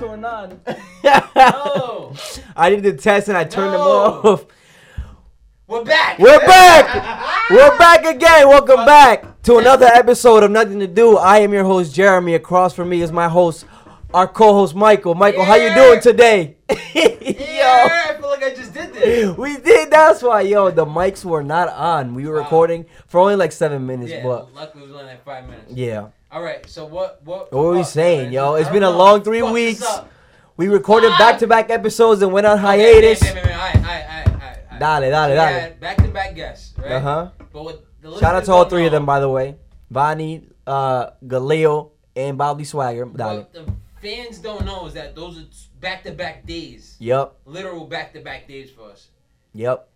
none. No. I did the test and I turned them No. off. We're back. We're back. We're back again. Welcome back to another episode of Nothing to Do. I am your host Jeremy. Across from me is my host, our co-host Michael. Michael, how you Yeah. doing today? Yeah, I feel like I just did this. Yo, we did. That's why, yo, the mics were not on. We were Wow. recording for only like seven minutes, Yeah, but luckily it was only like five minutes. yeah, All right, so what? What? What were we fuck, saying, man? yo? I It's don't been a know. long three Fuck this weeks. up. we recorded Ah. Oh, back-to-back episodes and went on Okay, hiatus. man, man, man, man, I, I, I, I, I. Dale, dale, We dale. had back-to-back guests, right? Uh huh. But what the Shout out listeners to all don't three of know- them, by the way. Bonnie, uh, Galileo, and Bobby Swagger. Dale. What the fans don't know is that those are back-to-back days, Yep, literal back-to-back days for us. yep.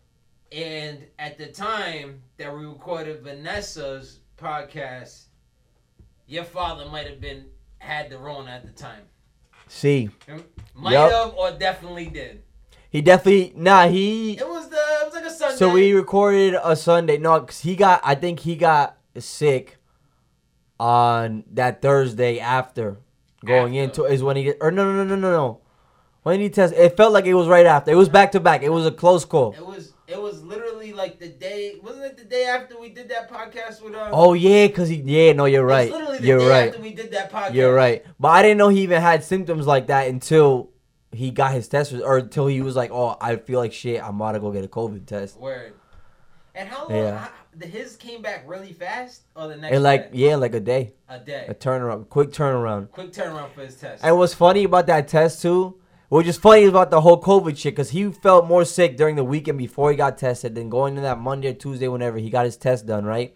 And at the time that we recorded Vanessa's podcast, your father might have been had the Rona at the time. See, Might Yup. have or definitely did. he definitely nah. He It was the it was like a Sunday. so we recorded a Sunday. No, cause he got. I think he got sick on that Thursday after going After. into is when he or no no no no no no. When he test, it felt like it was right after. It was back to back. It was a close call. it was it was literally like the day wasn't it the day after we did that podcast with uh Oh yeah, cause he yeah no you're right. It's literally the You're day right. after we did that podcast. You're right. But I didn't know he even had symptoms like that until he got his test res- or until he was like, "Oh, I feel like shit. I'm about to go get a COVID test." Word. And how long? Yeah. How, the, his came back really fast, or the next And like, day? yeah, like a day, a day, a turnaround, quick turnaround. quick turnaround for his test. And what's funny about that test too, what was just funny about the whole COVID shit, because he felt more sick during the weekend before he got tested than going to that Monday or Tuesday whenever he got his test done, right?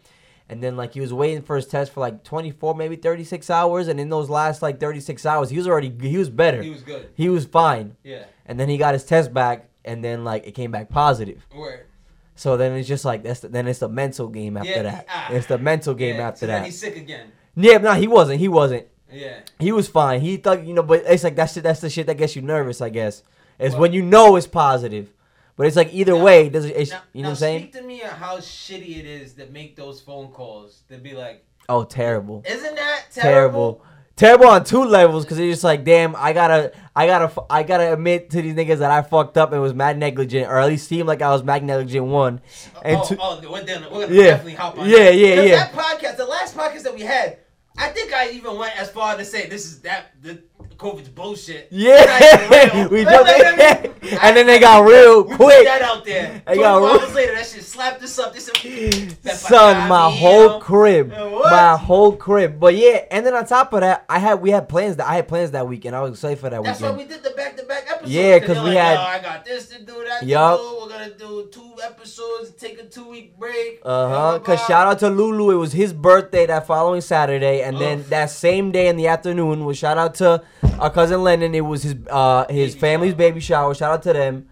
And then like he was waiting for his test for like 24, maybe 36 hours, and in those last like 36 hours, he was already he was he better, was good. he was fine. Yeah, and then he got his test back and then like it came back positive word. so then it's just like that's the, then it's the mental game after Yeah, that ah. it's the mental game yeah. after so Then that he's sick again. yeah no he wasn't he wasn't Yeah. he was fine he thought you know but it's like that's that's the shit that gets you nervous i guess it's when Well- you know it's positive but it's like either Now- way it doesn't it's, Now, you know what now i'm saying Speak to me on how shitty it is to make those phone calls. To be like, oh terrible isn't that terrible? terrible terrible on two levels because it's just like damn i gotta i gotta f- i gotta admit to these niggas that i fucked up and was mad negligent or at least seemed like i was mad negligent one And oh, to- oh, we're gonna, we're gonna Yeah. definitely hop on. Yeah, that. yeah, 'Cause yeah. That podcast, the last podcast that we had, I think I even went as far to say this is that the COVID's bullshit. It's not even Yeah, real. we Like, jumped like, I mean, and then they got real we Put quick. that out there. They 24 got real- hours later, that shit slapped us up. This that Son, my fucking whole meal. crib, Yeah, what? my whole crib. But yeah, and then on top of that, I had we had plans that I had plans that weekend. I was excited for that That's why weekend. we did the back-to-back episodes. Yeah, 'cause they're we like, had- "Yo, I got this to do, that Yup. to do. We're gonna do two episodes, take a two-week break. uh huh. blah, blah, Cause blah." shout out to Lulu, it was his birthday that following Saturday, and then Oof. that same day in the afternoon was shout out to our cousin Lennon. It was his uh his Baby family's shower. baby shower. Shout out to them.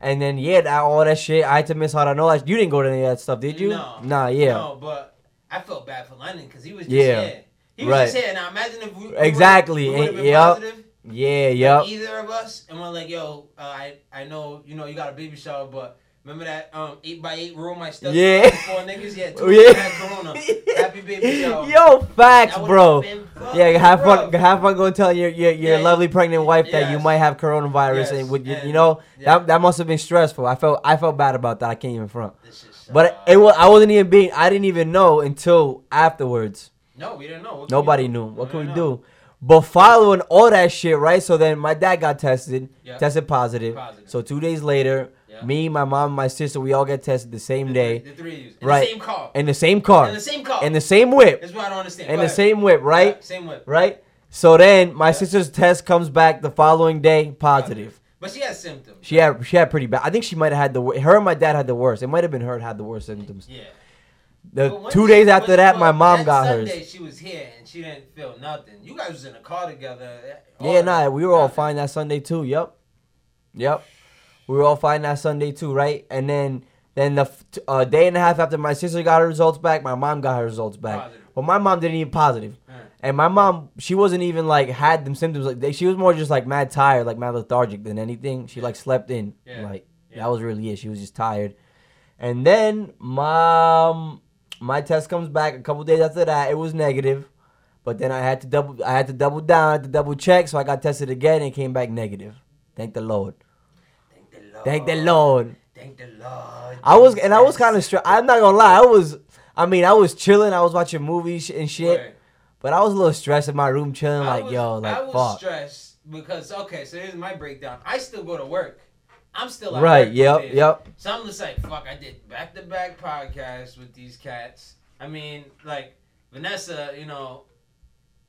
And then yeah, that, all that shit. I had to miss out on all that. You didn't go to any of that stuff, did you? No. Nah, yeah. No, but I felt bad for London because he was just Yeah. here. He was just Right. here. Now imagine if we, we Exactly, would've- we would've eh, been yep. positive, Yeah, yep. Either of us, and we're like, "Yo, uh, I I know you know you got a baby shower, but." Remember that um eight by eight room I stuck Yeah. four niggas? Yeah, two Yeah. yeah. had corona. Happy baby shower. Yo, facts, That would've bro. been fucking Yeah, have rough. fun. Have fun going telling your your, your Yeah, lovely pregnant wife that you yes. might have coronavirus, Yes, and would you, you and- know yeah. that that must have been stressful. I felt I felt bad about that. I can't even front. This shit But sucked. it was I wasn't even being. I didn't even know until afterwards. no, we didn't know. What can Nobody we do? knew. What We could we didn't know. do? But following all that shit, right? So then my dad got tested, Yeah. tested positive. Positive. So two days later, Yeah. me, my mom, and my sister, we all get tested the The same three- day The three of you in Right. the same car. in the same car, in the same car. in the same whip, That's what I don't understand. in Go the ahead. same whip, right? Yeah, same way. right? So then my Yeah. sister's test comes back the following day positive. But she has symptoms. She had she had pretty bad. I think she might have had the wor- her and my dad had the worst. It might have been her that had the worst symptoms. Yeah. The But when two she- days after but- that, but my mom that got Sunday, hers. She was here and she didn't feel nothing. You guys was in a car together. uh, Yeah, all nah, that. we were all Nothing. fine that Sunday too. Yep, yep, we were all fine that Sunday too, right? And then then the f- t- uh, day and a half after my sister got her results back, my mom got her results back. Positive. But my mom didn't even positive. Alright. And my mom, she wasn't even like had them symptoms. Like they, she was more just like mad tired, like mad lethargic than anything. She like slept in, Yeah. like Yeah. that was really it. She was just tired. And then mom, my test comes back a couple days after that. It was negative. But then I had to double, I had to double down, I had to double check, so I got tested again and came back negative. Thank the Lord. Thank the Lord. Thank the Lord. Thank the Lord. I was and I was Jesus. kind of stressed. I'm not gonna lie. I was. I mean, I was chilling. I was watching movies and shit. Right. But I was a little stressed in my room, chilling I like, was- yo, like I was fuck. stressed because okay, so here's my breakdown. I still go to work. I'm still at Right? work Yep. today. Yep. So I'm just like, fuck. I did back to back podcasts with these cats. I mean, like Vanessa, you know,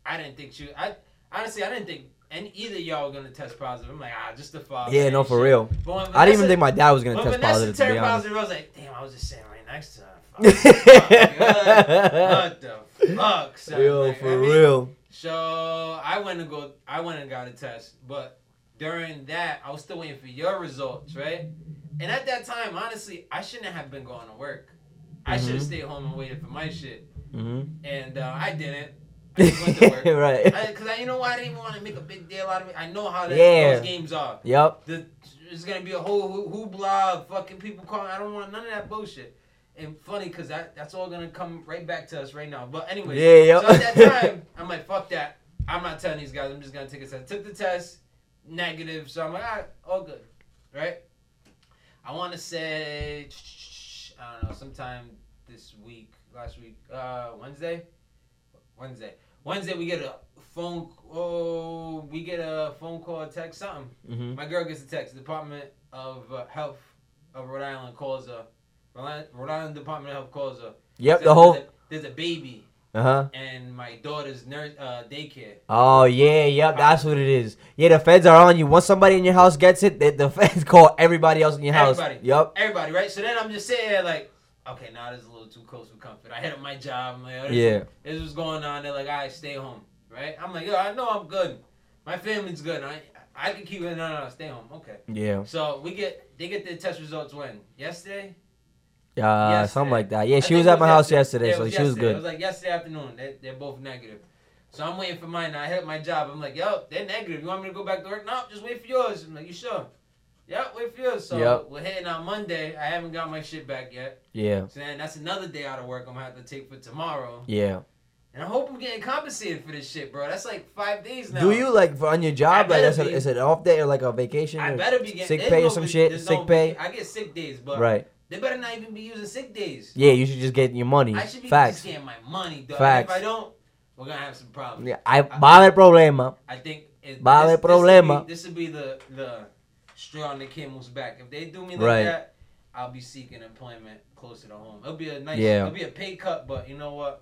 I didn't think she. I honestly, I didn't think and either y'all were gonna test positive. I'm like, ah, just the father. Yeah. No, for real. But when I didn't Vanessa- even think my dad was when gonna test Vanessa positive. To be turned honest. positive, I was like, damn, I was just sitting right next to her. Fuck, what the fuck? son? Yo, Like, for I mean, real. so I went and go. I went and got a test, but during that, I was still waiting for your results, right? And at that time, honestly, I shouldn't have been going to work. I should Mhm. have stayed home and waited for my shit, Mhm. and uh, I didn't. I just went to work. right. Mm-hmm. I, Cause I, you know why I didn't even want to make a big deal out of it. I know how that, Yeah. those games are. Yep. The, it's gonna be a whole hoo- hoopla of fucking people calling. I don't want none of that bullshit. And funny, cause that that's all gonna come right back to us right now. But anyway, Yeah, so yep. at that time, I'm like, fuck that. I'm not telling these guys. I'm just gonna take a test. Took the test, negative. So I'm like, all right, all good, right? I want to say, I don't know, sometime this week, last week, uh, Wednesday, Wednesday, Wednesday, we get a phone. Oh, we get a phone call, text, something. Mhm. My girl gets a text. Department of uh, Health of Rhode Island calls her. Rhode Island, Rhode Island Department of Health calls her. Yep. Says The whole. There's a, there's a baby Uh huh. and my daughter's nurse uh, daycare. Oh yeah, yep, that's what it is. Yeah, the feds are on you. Once somebody in your house gets it, the, the feds call everybody else in your house. Everybody. Yep. Everybody, right? So then I'm just sitting there like, okay, now this is a little too close for comfort. I hit up my job. I'm like, oh, this, Yeah. this is what's going on. They're like, all right, stay home, right? I'm like, yo, I know I'm good. My family's good. I I can keep it. No, no, no, stay home. Okay. Yeah. So we get they get the test results when yesterday. Uh, Yesterday. something like that. Yeah, I she think was it at my house Yeah, yesterday, it so was she was yesterday. It good. was like yesterday afternoon. They, they're both negative. So I'm waiting for mine. I hit my job. I'm like, yo, they're negative. You want me to go back to work? No, just wait for yours. I'm like, you sure? Yep, wait for yours. So Yep. we're hitting on Monday. I haven't got my shit back yet. Yeah. So then that's another day out of work I'm going to have to take for tomorrow. Yeah. And I hope I'm getting compensated for this shit, bro. That's like five days now. Do you like for on your job? I Like, better that's a, be. is it an off day or like a vacation? I or better be getting sick there's pay no or some vac- shit. there's Sick no pay. vac- I get sick days, but Right. they better not even be using sick days. Yeah, you should just get your money. I should be Facts. just getting my money, dog. Facts. If I don't, we're going to have some problems. Yeah, I va a haber problema. I think it, Vale this, problema. This would be, this would be the the straw on the camel's back. If they do me like Right. that, I'll be seeking employment closer to home. It'll be a nice, Yeah. it'll be a pay cut, but you know what?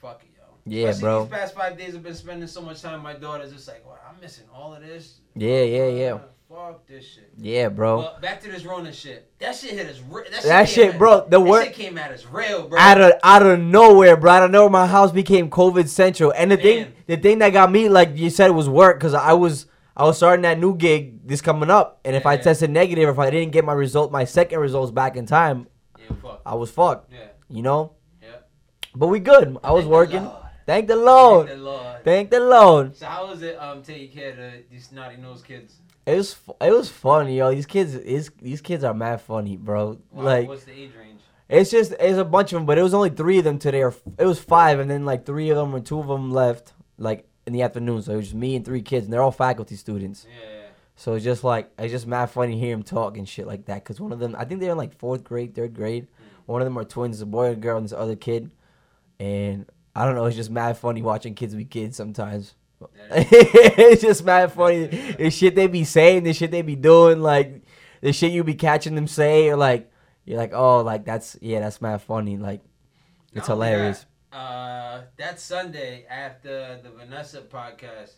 Fuck it, yo. Yeah, Especially bro. These past five days, I've been spending so much time. with My daughter's just like, well, I'm missing all of this. Uh, Yeah, yeah, yeah, Fuck this shit. yeah, bro. But back to this Rona shit. That shit hit us. Re- that shit, That came shit, at- bro. The that word shit came at us real, bro. out of out of nowhere, bro. Out of nowhere, my house became COVID central. And the Man. thing, the thing that got me, like you said, was work because I was I was starting that new gig this coming up, and if I Yeah. tested negative, if I didn't get my result, my second results back in time, yeah, fuck. I was fucked. Yeah. You know. Yeah. But we good. I was Thank the working. Lord. Thank the Thank Lord. the Lord. Thank the Lord. So how is it um taking care of the, these snotty nose kids? It was fu- it was funny, yo. These kids is these kids are mad funny, bro. Wow, like what's the age range? It's just it's a bunch of them, but it was only three of them today, or f- it was five, and then like three of them or two of them left like in the afternoon. So it was just me and three kids, and they're all faculty students. Yeah, So it's just like it's just mad funny to hear him talk and shit like that. Cause one of them, I think they're in like fourth grade, third Mm. grade. One of them are twins, a boy and a girl, and this other kid. And I don't know, it's just mad funny watching kids be kids sometimes. that it's just mad funny. The shit they be saying, the shit they be doing, like the shit you be catching them say, or like you're like, oh, like that's yeah, that's mad funny. Like it's Not only hilarious. is- uh, that Sunday after the Vanessa podcast,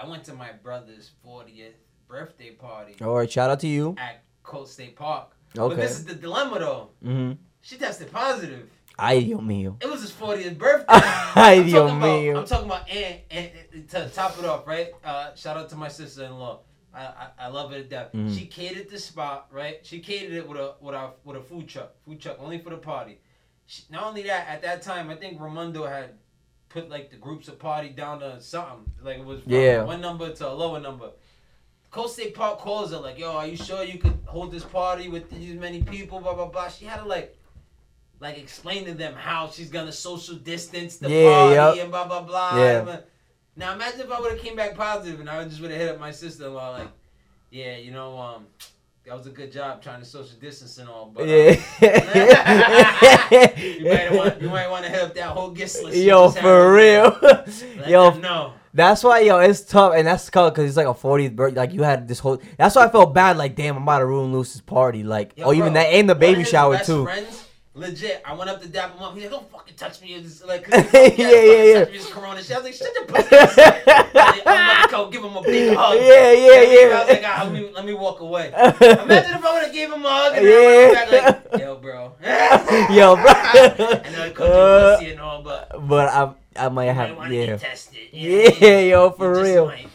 I went to my brother's 40th birthday party All right, shout out to you. at Colt State Park. But Oh. Okay. this is the dilemma though. Mm-hmm. She tested positive. Ay, Dios mío. It was his 40th birthday. Ay, I'm, Dios talking mío. about, I'm talking about and, and, and to top it off, right? Uh, shout out to my sister-in-law. I, I, I love her to death. Mhm. She catered the spot, right? She catered it with a with a with a food truck, food truck only for the party. She, not only that, at that time, I think Ramondo had put like the groups of party down to something, like it was from Yeah. one number to a lower number. Coast State Park calls her like, "Yo, are you sure you could hold this party with these many people?" Blah blah blah. She had to like like explain to them how she's gonna social distance the Yeah, party yup. and blah blah blah. Yeah. Now imagine if I would have came back positive and I just would have hit up my sister in law like, yeah, you know, um, that was a good job trying to social distance and all, but uh, yeah. you might want you might want to hit up that whole guest list. you Yo, just had. for real. Let Yo, them know. that's why, yo, it's tough, and that's tough because it's like a 40th birthday. Like you had this whole. That's why I felt bad. Like, damn, I'm about to ruin Lucy's party. Like, Yo, oh, even bro, that and the one baby of his shower best too. Friends, legit. I went up to dap him up. He's like, "Don't fucking touch me." It's like, 'cause he's Yeah, like, yeah, fucking yeah. Touch me, it's corona shit. I was like, "Shut your pussy." ass." I'm like, "Go give him a big hug." Yeah, yeah, yeah. I was like, ah, let me let me walk away. Imagine if I would have gave him a hug and then I would've Yeah. back like, "Yo, bro." Yo, bro. I know it comes Uh, with pussy and all, but but I, I might I have. want to Yeah. get tested. You know what I Yeah, mean? yo, You for just real. might.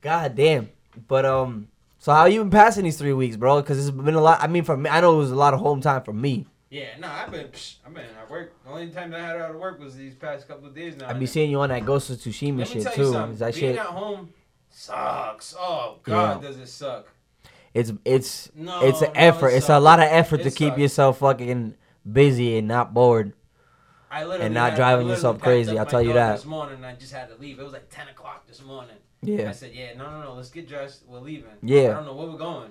God damn. But um, so how you been passing these three weeks, bro? Because it's been a lot. I mean, for me, I know it was a lot of home time for me. Yeah, no, I've been, psh, I've been at work. The only time that I had out of work was these past couple of days now. I And be seeing you on that Ghost of Let Tsushima me shit tell you too. something. Is that Being shit? at home sucks. Oh God, does it suck? It's it's No, it's an Oh, no, it effort. it's a sucks. lot of effort It to keep sucks. yourself fucking busy and not bored. I literally And not had- driving I literally yourself packed crazy, up I'll my tell you daughter that. This morning, and I just had to leave. It was like ten o'clock this morning. I Yeah. said, "Yeah, no, no, no, let's get dressed. We're leaving. Yeah. I don't know where we're going,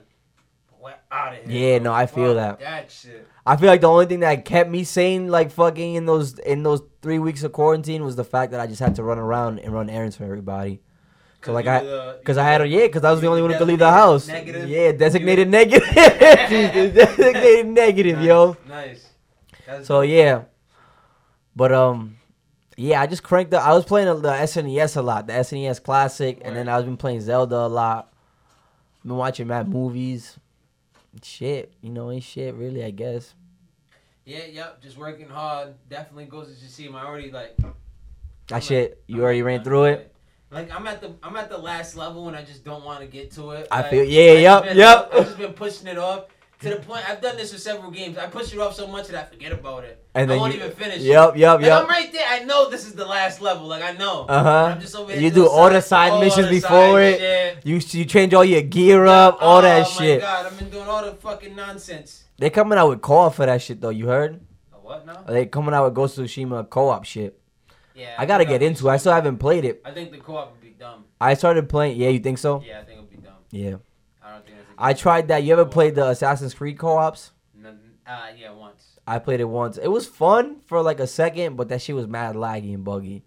but we're out of here." Yeah, no, I feel Fuck that. That shit. I feel like the only thing that kept me sane, like fucking in those in those three weeks of quarantine, was the fact that I just had to run around and run errands for everybody. So like you I, were the- because I had a yeah, because I was the you only one who could leave the designated house. negative. Yeah, designated You- negative, designated negative, nice, yo. Nice. That's So yeah, but um, yeah, I just cranked up. I was playing the SNES a lot, the SNES Classic, and then Word. I've been playing Zelda a lot. Been watching mad movies, shit, you know, ain't shit really, I guess. yeah, yep. Just working hard. Definitely goes as you see. I already like That I'm shit, I'm you already not ran done through with it. Like I'm at the I'm at the last level and I just don't want to get to it. I Like, feel- yeah, I've yup, just been- yup. I've just been pushing it off to the point I've done this with several games. I push it off so much that I forget about it. And then I won't you- even finish. it. Yep, yep, Like, I'm yep. right there. I know this is the last level. Like I know. Uh huh. I'm just over here You do doing all the side- all side missions the side before it. shit. You you change all your gear up, all that oh shit. my god, I've been doing all the fucking nonsense. They coming out with co-op for that shit though. You heard? Oh, What now? They coming out with Ghost of Tsushima co-op shit. Yeah. I gotta think get I'll- into. it. I still haven't played it. I think the co-op would be dumb. I started playing. Yeah, you think so? Yeah, I think it would be dumb. Yeah. I don't think that's. a I good- tried that. You ever played the Assassin's Creed co-ops? None- Uh, yeah, once. I played it once. It was fun for like a second, but that shit was mad laggy and buggy.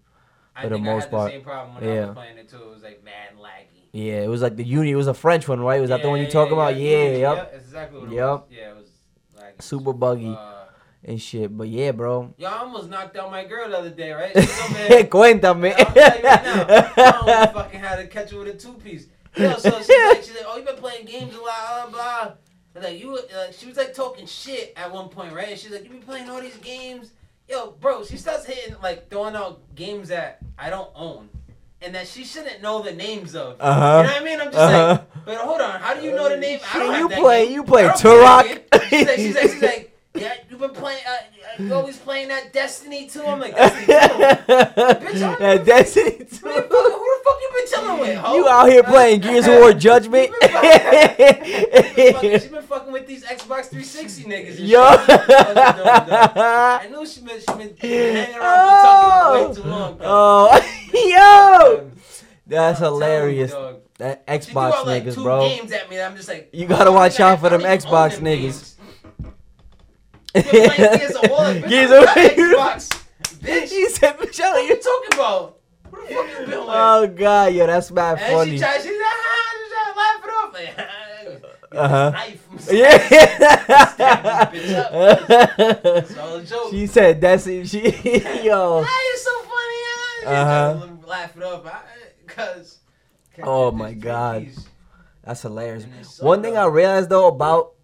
I for the think I most had part. the same problem when I Yeah. was playing it too. It was like mad laggy. Yeah, it was like the Unity. It was a French one, right? Was that the one you Yeah, talk about? Yeah, yep. yeah, that's exactly what it Yep. was. Yeah, it was laggy. Super buggy. Uh, And shit. But yeah, bro. y'all almost knocked out my girl the other day, right? She's over there. Cuéntame. I'm telling you right now, I don't know fucking how to catch her with a two piece. Yo, so she's like, she's like, oh, you been playing games a lot, blah blah. And like you, were- like she was like talking shit at one point, right? And she's like, you been playing all these games, yo, bro. She starts hitting like throwing out games that I don't own, and that she shouldn't know the names of. Uh-huh. You know what I mean? I'm just Uh-huh. like, but hold on, how do you know the name? I Shit, don't you have that play- game. you play I don't that game. Turok. She's like, she's like, she's like, yeah, you've been playing. Uh, uh, you always playing that Destiny too. I'm like, Destiny 2. Bitch, yeah, Destiny Who 2. the fuck, who the fuck you been chilling with? Ho? Uh, You out here playing Gears of War Judgment? She been fucking, she been fucking with these Xbox 360 niggas. And Yo. shit. I knew she been, she been hanging around Oh, Kentucky for way too long. bro. oh, yo, I'm Oh. that's telling you, hilarious. dog. That She threw Xbox out like niggas, two bro. games at me. and I'm just like, You gotta oh, watch I- out for I don't them even own Xbox them niggas. games. You been playing Gears of War, like, bitch, Gears I of- got Xbox. Bitch, She said, what "Michelle, are you you." talking about? Who the fuck you been with? Oh god, yo, that's mad And she funny. tried, she's like, ah, she's trying to laugh it off. Like, Uh-huh. knife. Stab this bitch It's Yeah. all a joke. she said, "That's it." She, yo. ah, you're so funny. Uh, Uh-huh. uh-huh. Laugh it up. I, Cause. Oh, Catch my this God. piece. That's hilarious. And it's so One thing I dumb. realized though about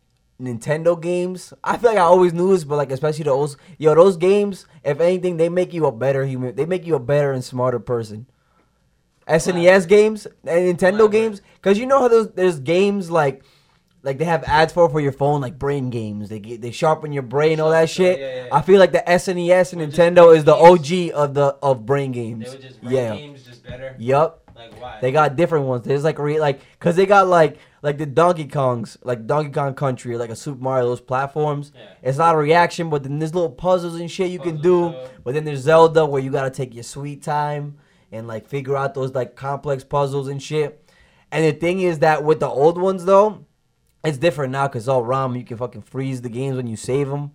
Nintendo games, I feel like I always knew this, but like especially those, yo, those games. If anything, they make you a better human. They make you a better and smarter person. SNES games and Nintendo Elaborate. games, because you know how those there's games like. Like they have ads for for your phone, like brain games. They get, they sharpen your brain, all that Sharpen- shit. yeah, yeah, yeah. I feel like the SNES and Which is Nintendo brain is the games. OG of the of brain They games. were just Yeah. yeah. games just better. Yup. Like why? They got different ones. There's like re- like because they got like like the Donkey Kongs, like Donkey Kong Country, or like a Super Mario. Those platforms. yeah. It's not a reaction, but then there's little puzzles and shit you can do. Puzzles, uh, But then there's Zelda where you gotta take your sweet time and like figure out those like complex puzzles and shit. And the thing is that with the old ones though, it's different now because all ROM you can fucking freeze the games when you save them.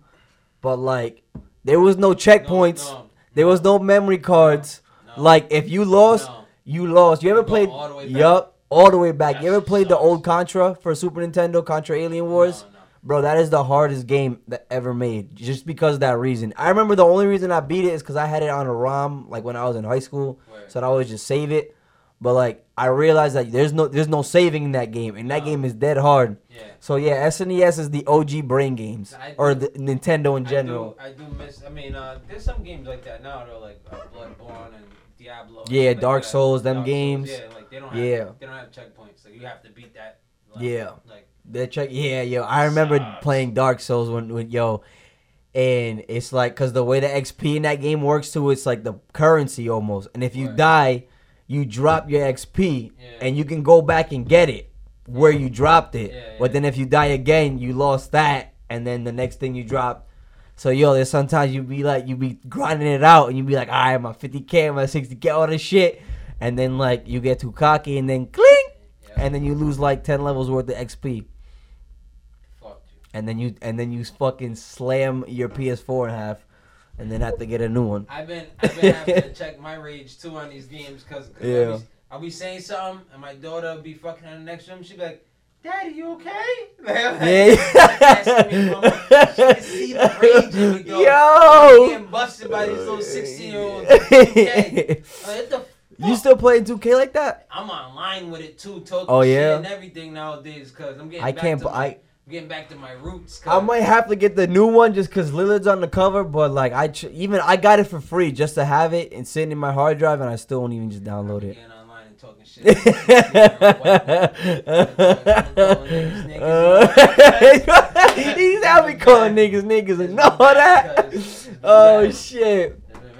But like there was no No, checkpoints, no, there was no memory cards. no, Like if you lost, no. you lost. You ever Go played? all the way back. Yup, all the way back. That you ever shit played the sucks. old Contra for Super Nintendo, Contra Alien Wars? No, no. Bro, that is the hardest game that ever made, just because of that reason. I remember the only reason I beat it is because I had it on a ROM, like when I was in high school, Word. so I always just save it. But like, I realized that there's no there's no saving in that game, and that No. game is dead hard. Yeah. So yeah, SNES is the OG brain games, I- or the Nintendo in general. I do, I do miss. I mean, uh, there's some games like that now, though, like uh, Bloodborne and Diablo. and Yeah, shit like Dark that. Souls, them Dark games. yeah, like they don't. Have, Yeah. They don't have checkpoints. Like you have to beat that. Like, Yeah. Like The check, yeah, yo, I remember Sucks. playing Dark Souls when, when yo, and it's like because the way the XP in that game works too, it's like the currency almost, and if you Right. die, you drop your XP, Yeah. and you can go back and get it where you dropped it. Yeah, But yeah. then if you die again, you lost that, and then the next thing you drop. So yo, there's sometimes you be like you be grinding it out, and you be like, all right, my 50k, my 60k, all this shit, and then like you get too cocky, and then clink, yeah, and then you lose like 10 levels worth of XP fuck you. and then you and then you fucking slam your PS4 in half, and then have to get a new one. I've been I've been having to check my rage too on these games because Yeah. I'll, be, I'll be saying something and my daughter will be fucking in the next room. She'd be like, "Daddy, you okay?" Like, I'm like, Yeah. asking me, mama. She can see the rage in me, dog. I'm Yo. Getting busted by these little sixteen year olds. Like, what the you still playing 2K like that? I'm online with it too, total Oh, yeah? shit and everything nowadays. Cause I'm getting I back can't. To bu- my, I I'm getting back to my roots. I 'cause- might have to get the new one just because Lillard's on the cover. But like I ch- even I got it for free just to have it and sitting in my hard drive, and I still won't even just download it. Getting online and talking shit. Niggas, He's out me calling niggas niggas and all that. Oh shit.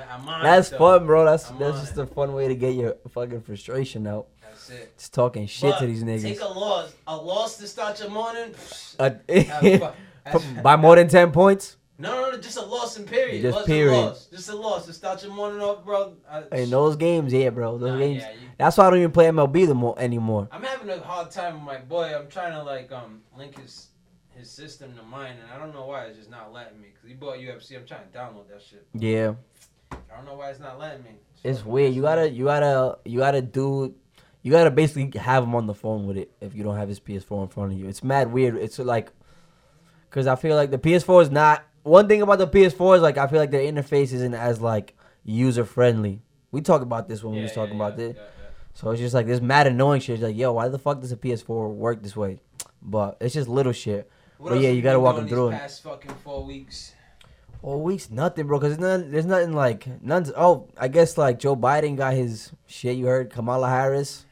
I'm on it, That's though. fun, bro. That's I'm that's on just it. a fun way to get your fucking frustration out. That's it. It's talking shit to But these niggas. Take a loss. A loss to start your morning. Have Uh, fun. That's- by more than ten points, No, no, no, just a loss in period. Just Just loss period. period. Loss. Just a loss. Just start your morning off, bro. I, in those games, yeah, bro. Those Nah, games. yeah, you- That's why I don't even play MLB the more anymore. I'm having a hard time with my boy. I'm trying to like um link his his system to mine, and I don't know why it's just not letting me. Cause he bought UFC. I'm trying to download that shit. Yeah, I don't know why it's not letting me. it's So- weird. You gotta, you gotta, you gotta do. You gotta basically have him on the phone with it if you don't have his PS4 in front of you. It's mad weird. It's like, cause I feel like the PS4 is not. One thing about the PS4 is like I feel like their interface isn't as like user friendly. We talked about this when we Yeah, was talking yeah, about yeah, this. yeah, So it's just like this mad annoying shit. It's like, yo, why the fuck does a PS4 work this way? But it's just little shit. What But else yeah, have you gotta been walk doing him through these it. Past fucking four weeks. Four weeks, nothing, bro. Cause there's nothing, there's nothing like none's. Oh, I guess like Joe Biden got his shit. You heard Kamala Harris,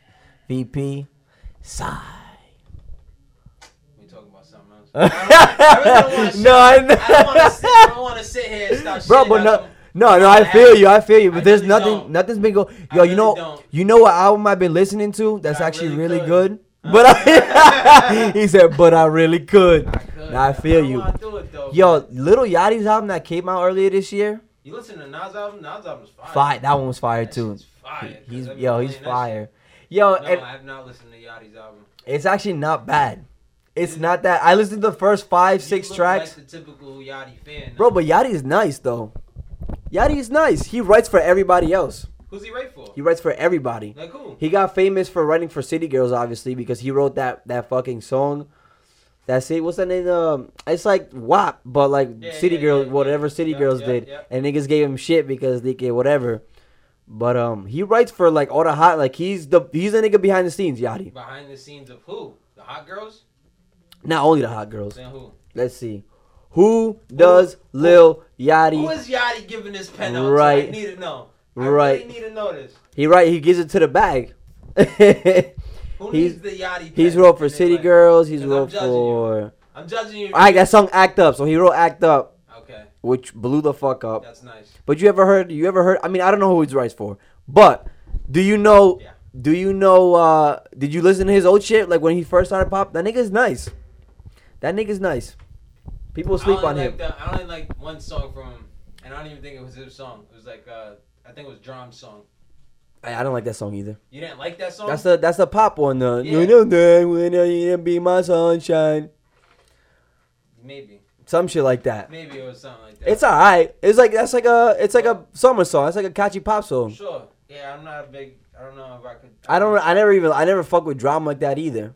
VP. Sigh. We talking about something else. I don't- I really don't wanna sit- No, I know. I don't wanna sit- I don't want to sit here and stop. Bro, shitting but on no- some- No, no, I feel you. I feel you. But I there's really nothing. don't. Nothing's been going. I Yo, you really know, don't. you know what album I've been listening to? That's I actually really really, could. good. But I, he said, but I really could. I could. Nah, I feel don't you. wanna do it, though. Yo, Little Yachty's album that came out earlier this year. you listen to Nas album. Nas album is fire. Fire. That one was fire That too. shit's fire, 'cause He's I've been yo, he's playing that shit. fire. Yo, No, and I have not listened to Yachty's album. it's actually not bad. It's You- not that. I listened to the first five, six You look tracks, Like the typical Yachty fan. bro. But Yachty is nice though. Yachty is nice. He writes for everybody else. who's he right for? He writes for everybody. Like who? He got famous for writing for City Girls, obviously, because he wrote that that fucking song. That's it. What's that name? Um, it's like WAP, but like Yeah, City yeah, Girls, yeah, whatever yeah. City Yep, Girls yep, did, yep. and niggas gave him shit because they get whatever. But um, he writes for like all the hot, like he's the he's the nigga behind the scenes, Yachty. Behind the scenes of who? The hot girls? Not only the hot girls. Then who? Let's see, who does Lil Yachty? Who is Yachty giving this pen out? to? Right. I need to know. I Right. really need to know this. he right, he gives it to the bag. Who He's- needs the Yachty? Pen he's wrote for in their City life? Girls. He's 'Cause I'm wrote judging you. for. I'm judging you. All right, that song "Act Up." So he wrote "Act Up." Okay, which blew the fuck up. that's nice. But you ever heard? You ever heard? I mean, I don't know who he's writes for, but do you know Yeah. Do you know? uh Did you listen to his old shit? Like when he first started pop, that nigga's nice. That nigga's nice. People sleep I on only him. liked, uh, I only like one song from him, and I don't even think it was his song. It was like uh, I think it was Drum's song. I, I don't like that song either. You didn't like that song? That's the that's the pop one. though. Yeah. You know that when I need to be my sunshine, maybe, some shit like that. maybe it was something like that. It's alright. It's like that's like a it's like a summer song. It's like a catchy pop song. sure. Yeah, I'm not a big. I don't know if I could. I don't. I never even. I never fuck with drama like that either.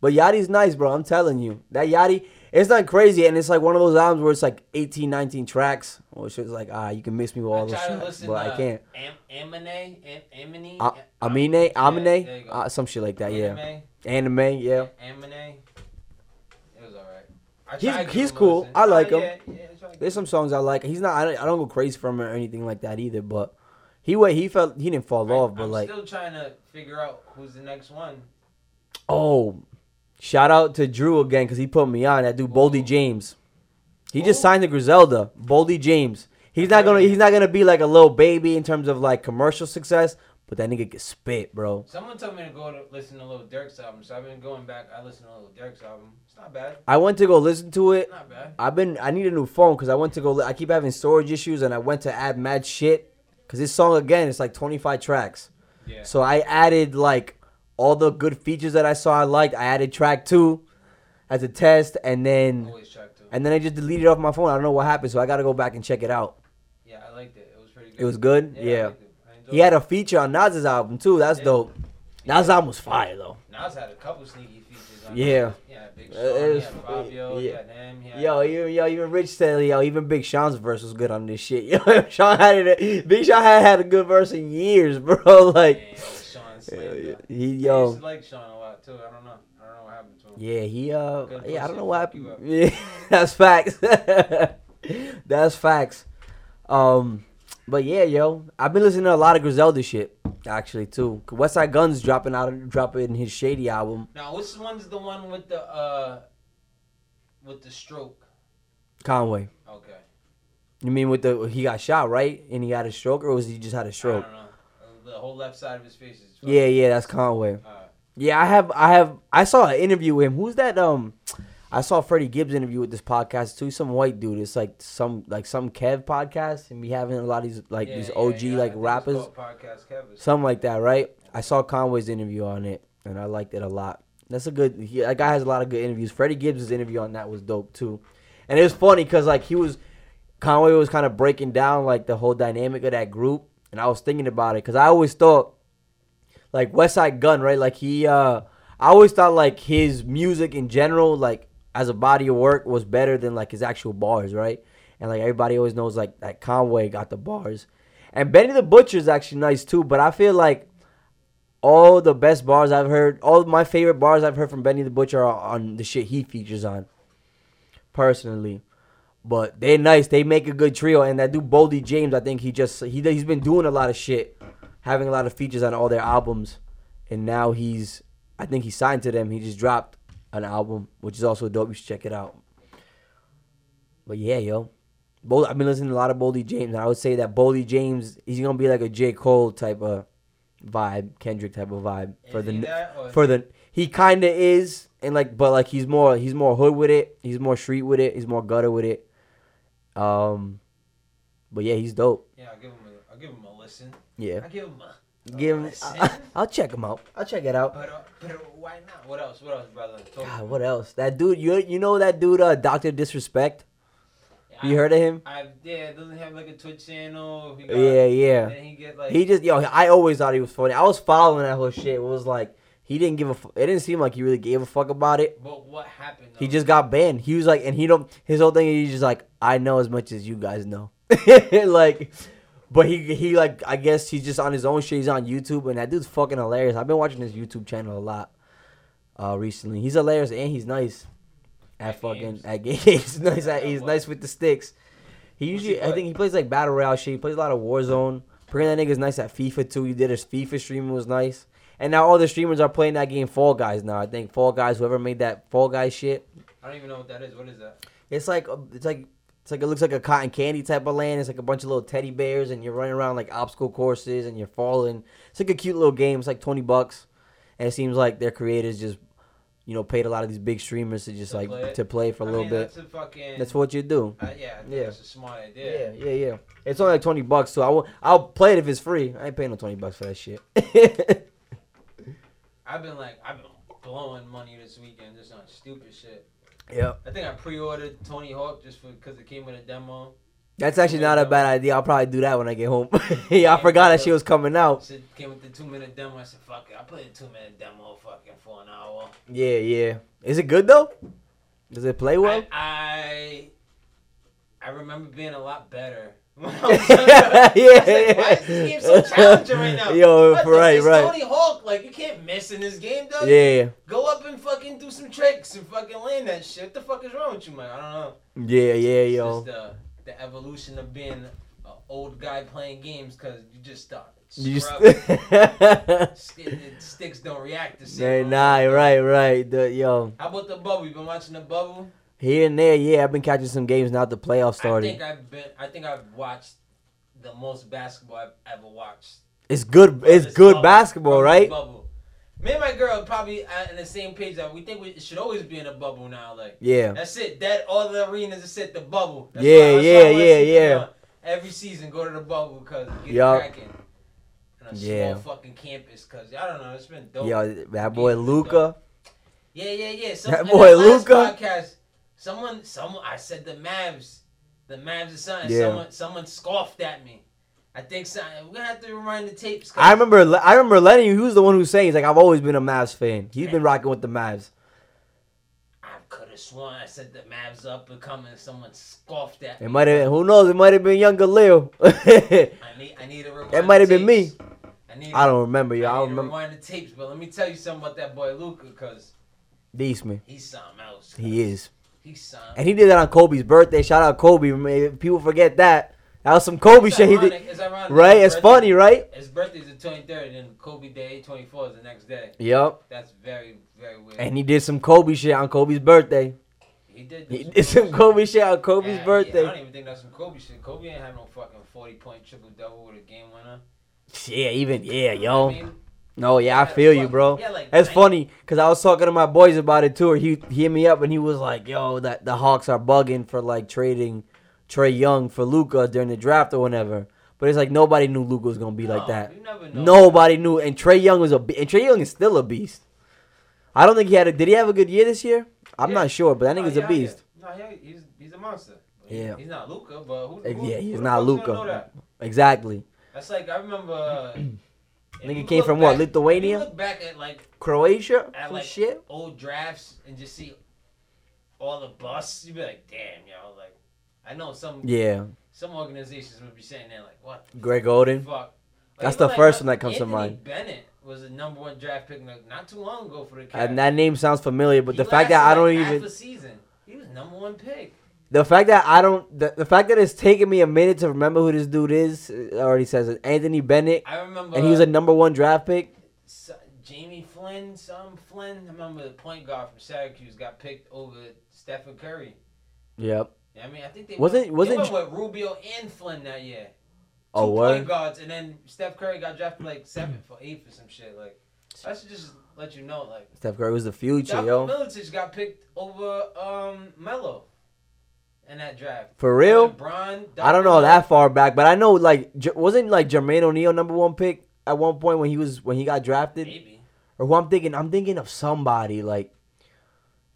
But Yachty's nice, bro. I'm telling you, that Yachty. It's not crazy, and it's like one of those albums where it's like 18, 19 tracks. Or it's just like, ah, you can miss me with all I those try to tracks, listen but to I can't. Am- Amine, Am- Amine, Uh, Am- Amine, yeah, Amine, there you go. uh, some shit like that. Yeah, Anime, anime. Yeah, Amine. It was alright. I He's- tried to he's give him a cool. listen. I like Oh, him. yeah, yeah, I tried to there's give him- some songs I like. He's not. I don't, I don't go crazy for him or anything like that either. But he went. He felt he didn't fall off. But I'm like, still trying to figure out who's the next one. oh, shout out to Drew again because he put me on. That dude, Boldy Ooh. James. He just Who? signed to Griselda. Boldy James. He's not gonna. He's not gonna be like a little baby in terms of like commercial success. But that nigga can spit, bro. Someone told me to go to listen to Lil Durk's album, so I've been going back. I listened to Lil Durk's album. It's not bad. I went to go listen to it. It's not bad. I've been. I need a new phone because I went to go. li- I keep having storage issues, and I went to add mad shit. Cause this song again, it's like 25 tracks. Yeah. So I added like all the good features that I saw I liked. I added track two as a test, and then Always track two. and then I just deleted it off my phone. I don't know what happened, so I gotta go back and check it out. Yeah, I liked it. It was pretty good. It was good. I Yeah, liked it. I enjoyed he had a feature on Nas's album too. That's Yeah. dope. Nas album was fire though. it. Nas had a couple sneaky features on Yeah. it. Yeah, Big Uh, Sean, it was- yeah, Fabio, yeah. yeah, him, yeah. Yo, even yo, even Rich said yo, even Big Sean's verse was good on this shit. Yo, Sean had it. Big Sean had had a good verse in years, bro. Like yeah, Sean he Slater. I used yo. to like Sean a lot too. I don't know. I don't know what happened to him. Yeah, he uh Good yeah, I person, don't know what fuck you happened. Yeah, that's facts. that's facts. Um but yeah, yo. I've been listening to a lot of Griselda shit actually too. Westside Guns dropping out dropping his Shady album. Now, which one's the one with the uh, with the stroke? Conway. Okay. You mean with the he got shot, right? And he had a stroke or was he just had a Stroke. stroke? I don't know. The whole left side of his face is. fucked. Yeah, yeah, that's Conway. Uh, Yeah, I have I have I saw an interview with him. Who's that um I saw Freddie Gibbs interview with this podcast too. Some white dude. It's like some like some Kev podcast, and be having a lot of these like yeah, these yeah, OG yeah, I like think it's rappers, called Podcast Kev or something like that, right? I saw Conway's interview on it, and I liked it a lot. That's a good. He, that guy has a lot of good interviews. Freddie Gibbs' interview on that was dope too, and it was funny because like he was Conway was kind of breaking down like the whole dynamic of that group, and I was thinking about it because I always thought like West Side Gun, right? Like he, uh I always thought like his music in general, like as a body of work, was better than like his actual bars, right? And like everybody always knows, like that Conway got the bars, and Benny the Butcher's actually nice too. But I feel like all the best bars I've heard, all my favorite bars I've heard from Benny the Butcher are on the shit he features on, personally. But they're nice. They make a good trio, and that dude Boldy James, I think he just he he's been doing a lot of shit, having a lot of features on all their albums, and now he's I think he signed to them. He just dropped an album, which is also dope. You should check it out. But yeah, yo, Bol- I've been listening to a lot of Boldy James, and I would say that Boldy James he's gonna be like a J Cole type of vibe, Kendrick type of vibe something. for Is the he n- that or- for the he kind of is and like but like he's more he's more hood with it he's more street with it he's more gutter with it um but yeah he's dope yeah, I'll give him. A, I'll give him a listen. yeah I'll give him. A, give him Oh, I, listen. will check him out i'll check it out But, uh, but uh, why not? What else? What else, brother? Talk to god me. what else that dude you you know that dude uh dr disrespect Yeah, you I- heard of him I've yeah. Doesn't he have like a Twitch channel. He got- yeah yeah Then he get like. he just yo i always thought he was funny i was following that whole shit it was like he didn't give a fu- it didn't seem like he really gave a fuck about it but what happened? He though? just got banned. He was like, and he don't. His whole thing is he's just like, I know as much as you guys know. like, but he he like I guess he's just on his own shit. He's on YouTube, and that dude's fucking hilarious. I've been watching his YouTube channel a lot uh recently. He's hilarious and he's nice at, At fucking games. at games. he's nice Yeah, at he's what? nice with the sticks. He What's he usually I play? think he plays like battle royale shit. He plays a lot of Warzone. Apparently that nigga's nice at FIFA too. He did his FIFA stream it was nice. And now all the streamers are playing that game Fall Guys now. I think Fall Guys, whoever made that Fall Guys shit, I don't even know what that is. What is that? it's like it's like It's like it looks like a cotton candy type of land. It's like a bunch of little teddy bears, and you're running around like obstacle courses, and you're falling. It's like a cute little game. It's like twenty bucks, and it seems like their creators just, you know, paid a lot of these big streamers to just To like play it? to play for a I little mean, bit. That's a fucking. That's what you do. Uh, yeah, I think Yeah. that's a smart idea. yeah, yeah, yeah. It's only like twenty bucks, so I will. I'll play it if it's free. I ain't paying no twenty bucks for that shit. I've been like, I've been blowing money this weekend just on stupid shit. yep. I think I pre-ordered Tony Hawk just for because it came with a demo. That's actually not a bad idea. I'll probably do that when I get home. yeah, I forgot that she was coming out. So it came with the two-minute demo. I said, fuck it, I played a two-minute demo fucking for an hour. Yeah, yeah. Is it good though? Does it play well? I, I I remember being a lot better. When I was younger. yeah, I said, Why is this game so challenging right now? Yo, What the- right, it's right. Tony Hawk, like you can't miss in this game, though. Yeah, Go up and fucking do some tricks and fucking land that shit. What the fuck is wrong with you, man? I don't know. yeah, yeah, It's yo. just the, the evolution of being an old guy playing games because you just start. You s- scrubbing. St- sticks don't react the Nah, same. nah, right, right. The, yo, How about the bubble? You been watching the bubble? here and there, yeah. I've been catching some games now. The playoffs I think started. I've been. I think I've watched the most basketball I've ever watched. It's good. From It's this good bubble- basketball, from this right? Bubble. Me and my girl probably uh, in the same page that we think we it should always be in a bubble now. Like Yeah. that's it. That all the arenas is it. The bubble. That's Yeah, why- that's yeah, why I wanna yeah, see, you yeah. know, Every season, go to the bubble because get Yup. cracking. On a Yeah. small fucking campus, cause I don't know, it's been dope. Yo, that boy Luca. Yeah, yeah, yeah. Some, That in boy the last Luka. Podcast, someone, someone. I said the Mavs, the Mavs or something. Yeah. Someone, someone scoffed at me. I think so. We're gonna have to rewind the tapes. 'cause I remember. Le- I remember Lenny. He was the one who saying, "He's like I've always been a Mavs fan. He's been rocking with the Mavs." I could have sworn I said the Mavs up and coming. Someone scoffed at me. It might have. Who knows? It might have been younger Leo. I I need. I need to rewind. It might the have been me. tapes. I need. don't remember, I, yo. I need to remember rewind the tapes, but let me tell you something about that boy Luca, cause these man. he's something else. He is. He's something. And he did that on Kobe's birthday. Shout out Kobe. Man, People forget that. That was some Kobe It's shit he did. ironic, It's ironic. Right? His It's birthday- funny, right? His birthday's the twenty third, and Kobe Day twenty four is the next day. Yep. That's very, very weird. And he did some Kobe shit on Kobe's birthday. He did. He did some Kobe shit on Kobe's Yeah, I birthday. don't even think that's some Kobe shit. Kobe ain't have no fucking forty point triple double with a game winner. Yeah, even yeah, You know what yo. I mean? No, yeah, I Yeah, feel you, fuck. bro. Yeah, like, That's I- funny because I was talking to my boys about it too. Or he he hit me up and he was like, "Yo, that the Hawks are bugging for like trading Trey Young for Luca during the draft or whatever." But it's like nobody knew Luca was gonna be like No, that. You never know. Nobody knew, and Trey Young was a be- and Trey Young is still a beast. I don't think he had a. Did he have a good year this year? I'm Yeah. not sure, but that No, nigga's yeah, a beast. Yeah. No, yeah, he's he's a monster. Yeah. He's not Luca, but who, Eh, who, yeah, he's who the not fuck's gonna Luka. know that? Exactly. That's like I remember. Uh, if Nigga you came look from back- what, Lithuania? if you look back at like Croatia, at some like shit. old drafts and just see all the busts, you'd be like, damn, yo, like I know some Yeah, some organizations would be saying that like, what Greg the Oden. fuck? Like, That's even the like, uh, first one that comes to Anthony mind. Bennett was the number one draft pick like, not too long ago for the Cavs. And that name sounds familiar, but He the fact lasted, that I don't like, half even a season, he was number one pick. The fact that I don't, the, the fact that it's taken me a minute to remember who this dude is, it already says it. Anthony Bennett, I remember. and he was a number one draft pick. S- Jamie Flynn, some Flynn. I remember the point guard from Syracuse got picked over Stephen Curry. Yep. Yeah, I mean, I think they Wasn't- went, wasn't they went with Rubio and Flynn that year. Oh, Two what? point guards, and then Steph Curry got drafted like seventh or eighth or some shit. Like, I should just let you know, like, Steph Curry was the future, Dr. yo. Milicic got picked over um Melo in that draft. For real? LeBron, I don't know that far back, but I know like J- wasn't like Jermaine O'Neal number one pick at one point when he was when he got drafted, Maybe. or who I'm thinking I'm thinking of somebody like,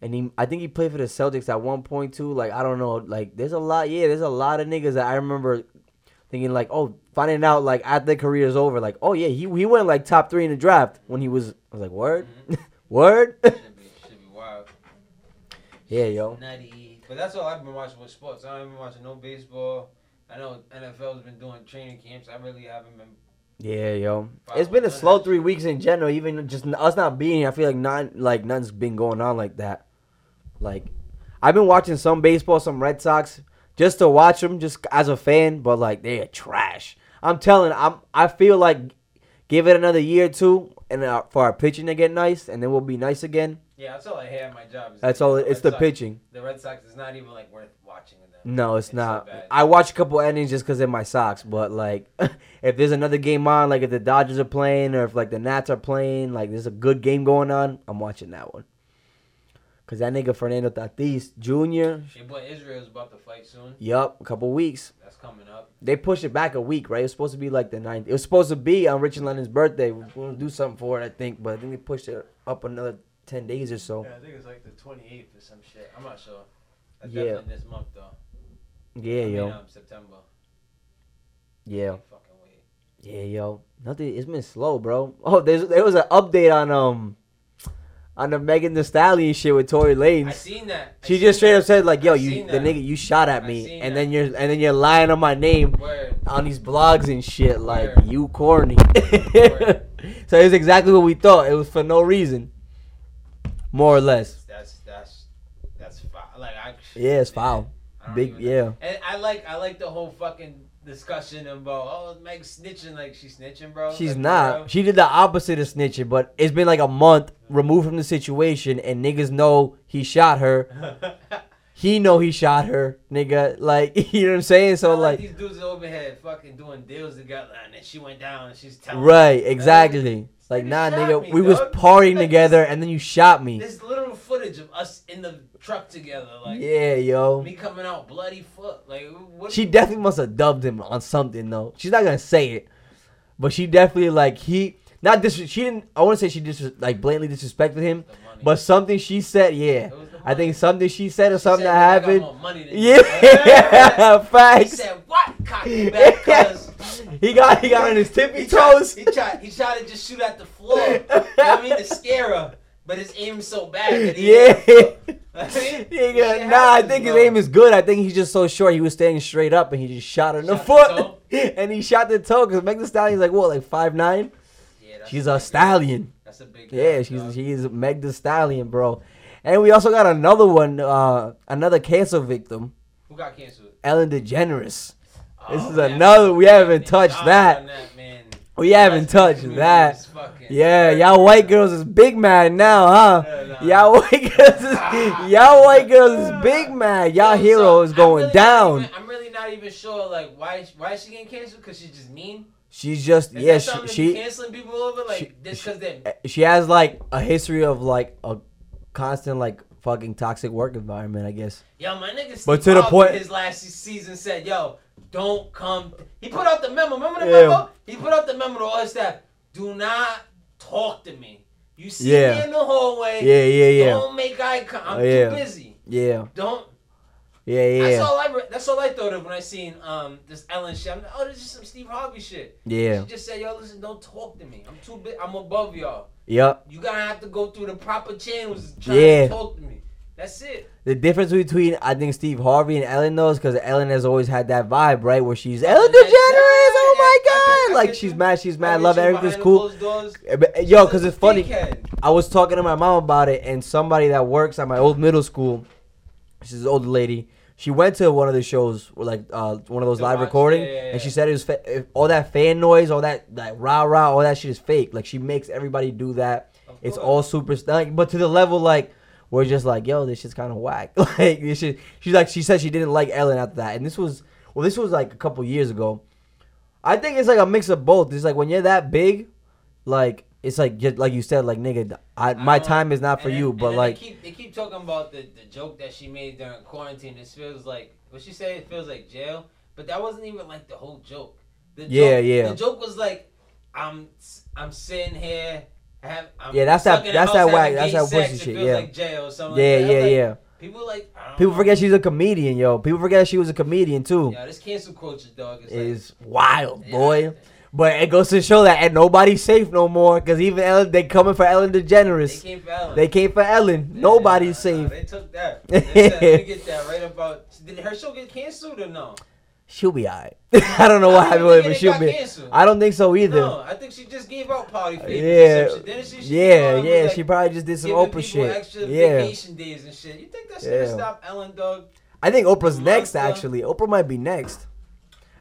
and he I think he played for the Celtics at one point too. Like I don't know, like there's a lot, yeah, there's a lot of niggas that I remember thinking like, oh, finding out like after their career is over, like, oh yeah, he he went like top three in the draft when he was. I was like, Mm-hmm. word, word, Should be, should be wild. yeah, yo, Nutty. But that's all I've been watching with sports. I haven't been watching no baseball. I know NFL's been doing training camps. I really haven't been. yeah, yo. It's been a slow three weeks in general. Even just us not being here, I feel like not like nothing's been going on like that. Like, I've been watching some baseball, some Red Sox, just to watch them, just as a fan. But like, they are trash. I'm telling. I'm. I feel like give it another year or two, and uh, for our pitching to get nice, and then we'll be nice again. Yeah, that's all I have. My job is. That's all. the It's Red the Sox- pitching. The Red Sox is not even like worth watching them. No, it's, It's so not. bad. I watch a couple endings just because in my socks. But like, if there's another game on, like if the Dodgers are playing or if like the Nats are playing, like there's a good game going on, I'm watching that one. Cause that nigga Fernando Tatis Jr. Your boy Israel's about to fight soon. Yup, a couple weeks. That's coming up. They pushed it back a week, right? It was supposed to be like the 9th. It was supposed to be on Richard Lennon's birthday. We are gonna do something for it, I think. But I think they pushed it up another ten days or so. Yeah, I think it's like the 28th or some shit. I'm not sure. That's Yeah. definitely this month though. Yeah, I mean, yo. um, September. Yeah. Can't fucking wait. Yeah, yo, nothing. It's been slow, bro. Oh, there's there was an update on um on the Megan Thee Stallion shit with Tory I Lanez. seen that. I She seen just straight up said like, "Yo, I you seen the that. nigga, you shot at I me, seen and that. then you're and then you're lying on my name that. Word. on these blogs and shit, like Word. you corny." Word. so it's exactly what we thought. It was for no reason, more or less. That's that's that's foul. Like I. Yeah, it's man, foul. I don't Big, even know. yeah, And I like I like the whole fucking discussion about oh Meg snitching like she's snitching bro. she's Like, bro. not. She did the opposite of snitching, but it's been like a month removed from the situation, and niggas know he shot her. he know he shot her, nigga. Like you know what I'm saying? So Not like, like, these dudes over here fucking doing deals together and then she went down and she's telling right, exactly. Like nigga nah, shot nigga, me, we was dog. partying Like, together and then you shot me. There's literal footage of us in the truck together, like Yeah, yo. me coming out bloody foot. Like what She definitely must have dubbed him on something though. She's not gonna say it, but she definitely like he not dis. She didn't. I want to say she dis like blatantly disrespected him, the money. but something she said. Yeah, It was the I money. think something she said or She said, something "Nigga, that I got happened. more money than you." Yeah, He facts. said, "What? Cock me back, cuz." He got he got on his tippy He tried, toes. he tried. He tried to just shoot at the floor. you know what I mean, to scare her, but his aim so bad that he. Yeah. I mean, shit Nigga, nah, I happens, think his bro. aim is good. I think he's just so short. He was standing straight up and he just shot her in the Shot the foot. and he shot the toe because Megan Thee Stallion's like, what, like five nine? Yeah, that's She's big a deal. stallion. That's a big. Yeah, deal, she's dog. she's Meg Thee Stallion, bro. And we also got another one, uh, another cancel victim, Who got canceled? Ellen DeGeneres. This Oh, is man, another- we haven't man, touched dog that. on man. We haven't touched Community that. is fucking- Yeah, y'all white girls is big mad now, huh? Yeah, nah. Y'all white girls is y'all white girls is big mad. Y'all Yo, so hero is I'm going really not down. even- I'm really not even sure, like, why why is she getting canceled? Because she's just mean? She's just Is yeah, that she something to she be canceling people over? Like, she- just because they're. she has like a history of like a constant like fucking toxic work environment, I guess. Yo, my nigga Steve But to the Harvey, point- his last season said, yo, don't come. He put out the memo. Remember the Yeah. memo? He put out the memo to all his staff. Do not talk to me. You see Yeah. me in the hallway. Yeah, yeah, yeah, Don't make eye contact. I'm Oh, yeah. too busy. yeah, Don't. yeah, That's yeah, all I. re- That's all I thought of when I seen um this Ellen shit. I'm like, oh, this is some Steve Harvey shit. yeah. She just said, yo, listen, don't talk to me. I'm too big. I'm above y'all. Yep. You gotta have to go through the proper channels. to Try Yeah. to talk to me. That's it. The difference between I think Steve Harvey and Ellen knows because Ellen has always had that vibe, right? Where she's Ellen DeGeneres. yeah, Oh yeah, I my get god! you, I Like get she's you. mad, she's I mad. mean, Love she everything's behind cool. closed doors. Eh, but- eh, Yo, She's because a it's funny. dickhead. I was talking to my mom about it, and somebody that works at my old middle school, she's an older lady. She went to one of the shows, or like uh, one of those To live watch- recording, yeah, yeah, yeah. and she said it was fa- eh, all that fan noise, all that that rah rah, all that shit is fake. Like she makes everybody do that. Of It's course. all super like, but to the level like we're just like, yo, this shit's kind of whack. Like this shit. She's like, she said she didn't like Ellen after that, and this was well, this was like a couple years ago. I think it's like a mix of both. It's like when you're that big, like it's like just like you said, like nigga, I, my I don't- time is not And for then- you, and but then like they keep, they keep talking about the, the joke that she made during quarantine. This feels like what she said. It feels like jail, but that wasn't even like the whole joke. The Yeah, joke, yeah. The joke was like, I'm I'm sitting here. I Have, I'm Yeah, that's that- stuck in a that's house that whack- having that's gay that sex. pussy It shit, feels yeah. like jail. Or something yeah, like that. yeah, Like, yeah. People like I don't People know. forget she's a comedian, yo. People forget she was a comedian too. Yeah, this cancel culture dog is, like, Is wild, yeah. boy. But it goes to show that and nobody's safe no more, cause even Ellen, they coming for Ellen They DeGeneres. came for Ellen. They came for Ellen. Yeah, nah, Nobody's nah, safe. they took that. They said, Let me get that right about. Did her show get canceled or no? She'll be alright. I don't know what I happened don't think with her, but it she'll got be. canceled. I don't think so either. No, I think she just gave out party favors. yeah, Yeah, shit. Didn't she? she yeah, um, yeah. like, she probably just did some giving Oprah people shit. Extra Yeah, vacation days and shit. You think that's Yeah. gonna stop Ellen Dog? I think Oprah's next. Monster. Actually, Oprah might be next.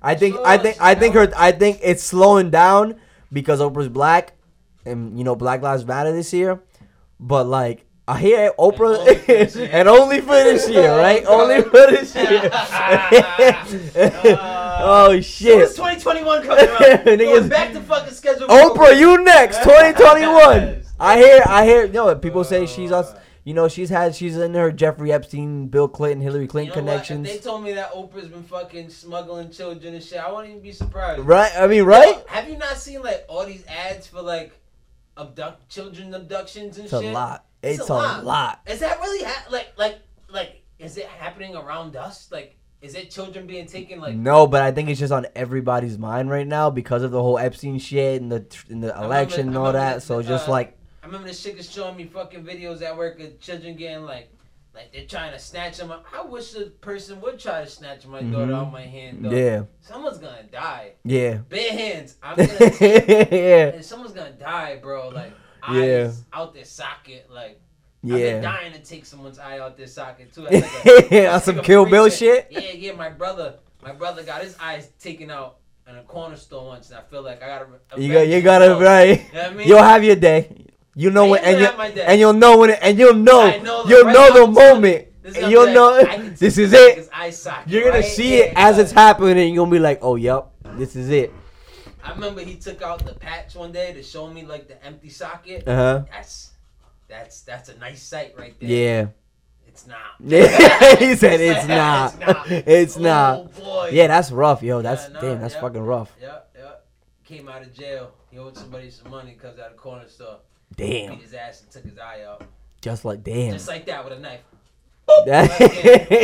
I She think. I was, think. I think now- her. I think it's slowing down because Oprah's black, and you know Black Lives Matter this year. But like, I hear Oprah only for this year. and only for this year, right? only for this year. oh When's shit! 2021 coming around? Niggas- Going back to fucking schedule. Oprah, you next, 2021. Yes. I hear, I hear. No, people say she's Uh, on. You know, she's had, she's in her Jeffrey Epstein, Bill Clinton, Hillary You know Clinton what? connections, If they told me that Oprah's been fucking smuggling children and shit, I wouldn't even be surprised. right? I mean, right? Have you not seen like all these ads for like abduct children abductions and It's a shit? lot. It's It's, a a lot. lot. Is that really ha- like like like is it happening around us? Like is it children being taken like No, but I think it's just on everybody's mind right now because of the whole Epstein shit and the and the remember- election and I all remember that. the- So just uh, like, I remember this chick is showing me fucking videos at work of children getting like, like they're trying to snatch them. I wish the person would try to snatch my daughter Mhm. out my hand. Though. yeah, someone's gonna die. yeah, Bare hands. I'm gonna. yeah, and someone's gonna die, bro. Like Yeah. eyes out their socket. Like I've been yeah. dying to take someone's eye out their socket too. That's like a- On that's some like a Kill Bill freak thing. shit. Yeah, yeah. My brother, my brother got his eyes taken out in a corner store once, and I feel like I gotta. You got, you avenge got it myself. right. You know what I mean? You'll have your day. You know I when, am and gonna you have my day. and you'll know when, it, and you'll know, I know the- you'll right know now the I'm telling moment. This And you'll know this is it. Eye socket, You're gonna right? see Yeah, it as yeah. it's happening. and You're gonna be like, oh, yep, this is it. I remember he took out the patch one day to show me like the empty socket. Uh huh. That's that's that's a nice sight right there. Yeah. It's not. Yeah, he said it's It's not. not. It's oh, not. Boy. Yeah, that's rough, yo. That's nah, damn, that's yeah. fucking rough. Yep. Yep. Came out of jail. He owed somebody some money. Comes out of the corner store. Beat Damn, his ass and took his eye out. just like damn. Just like that with a knife. That- Right there.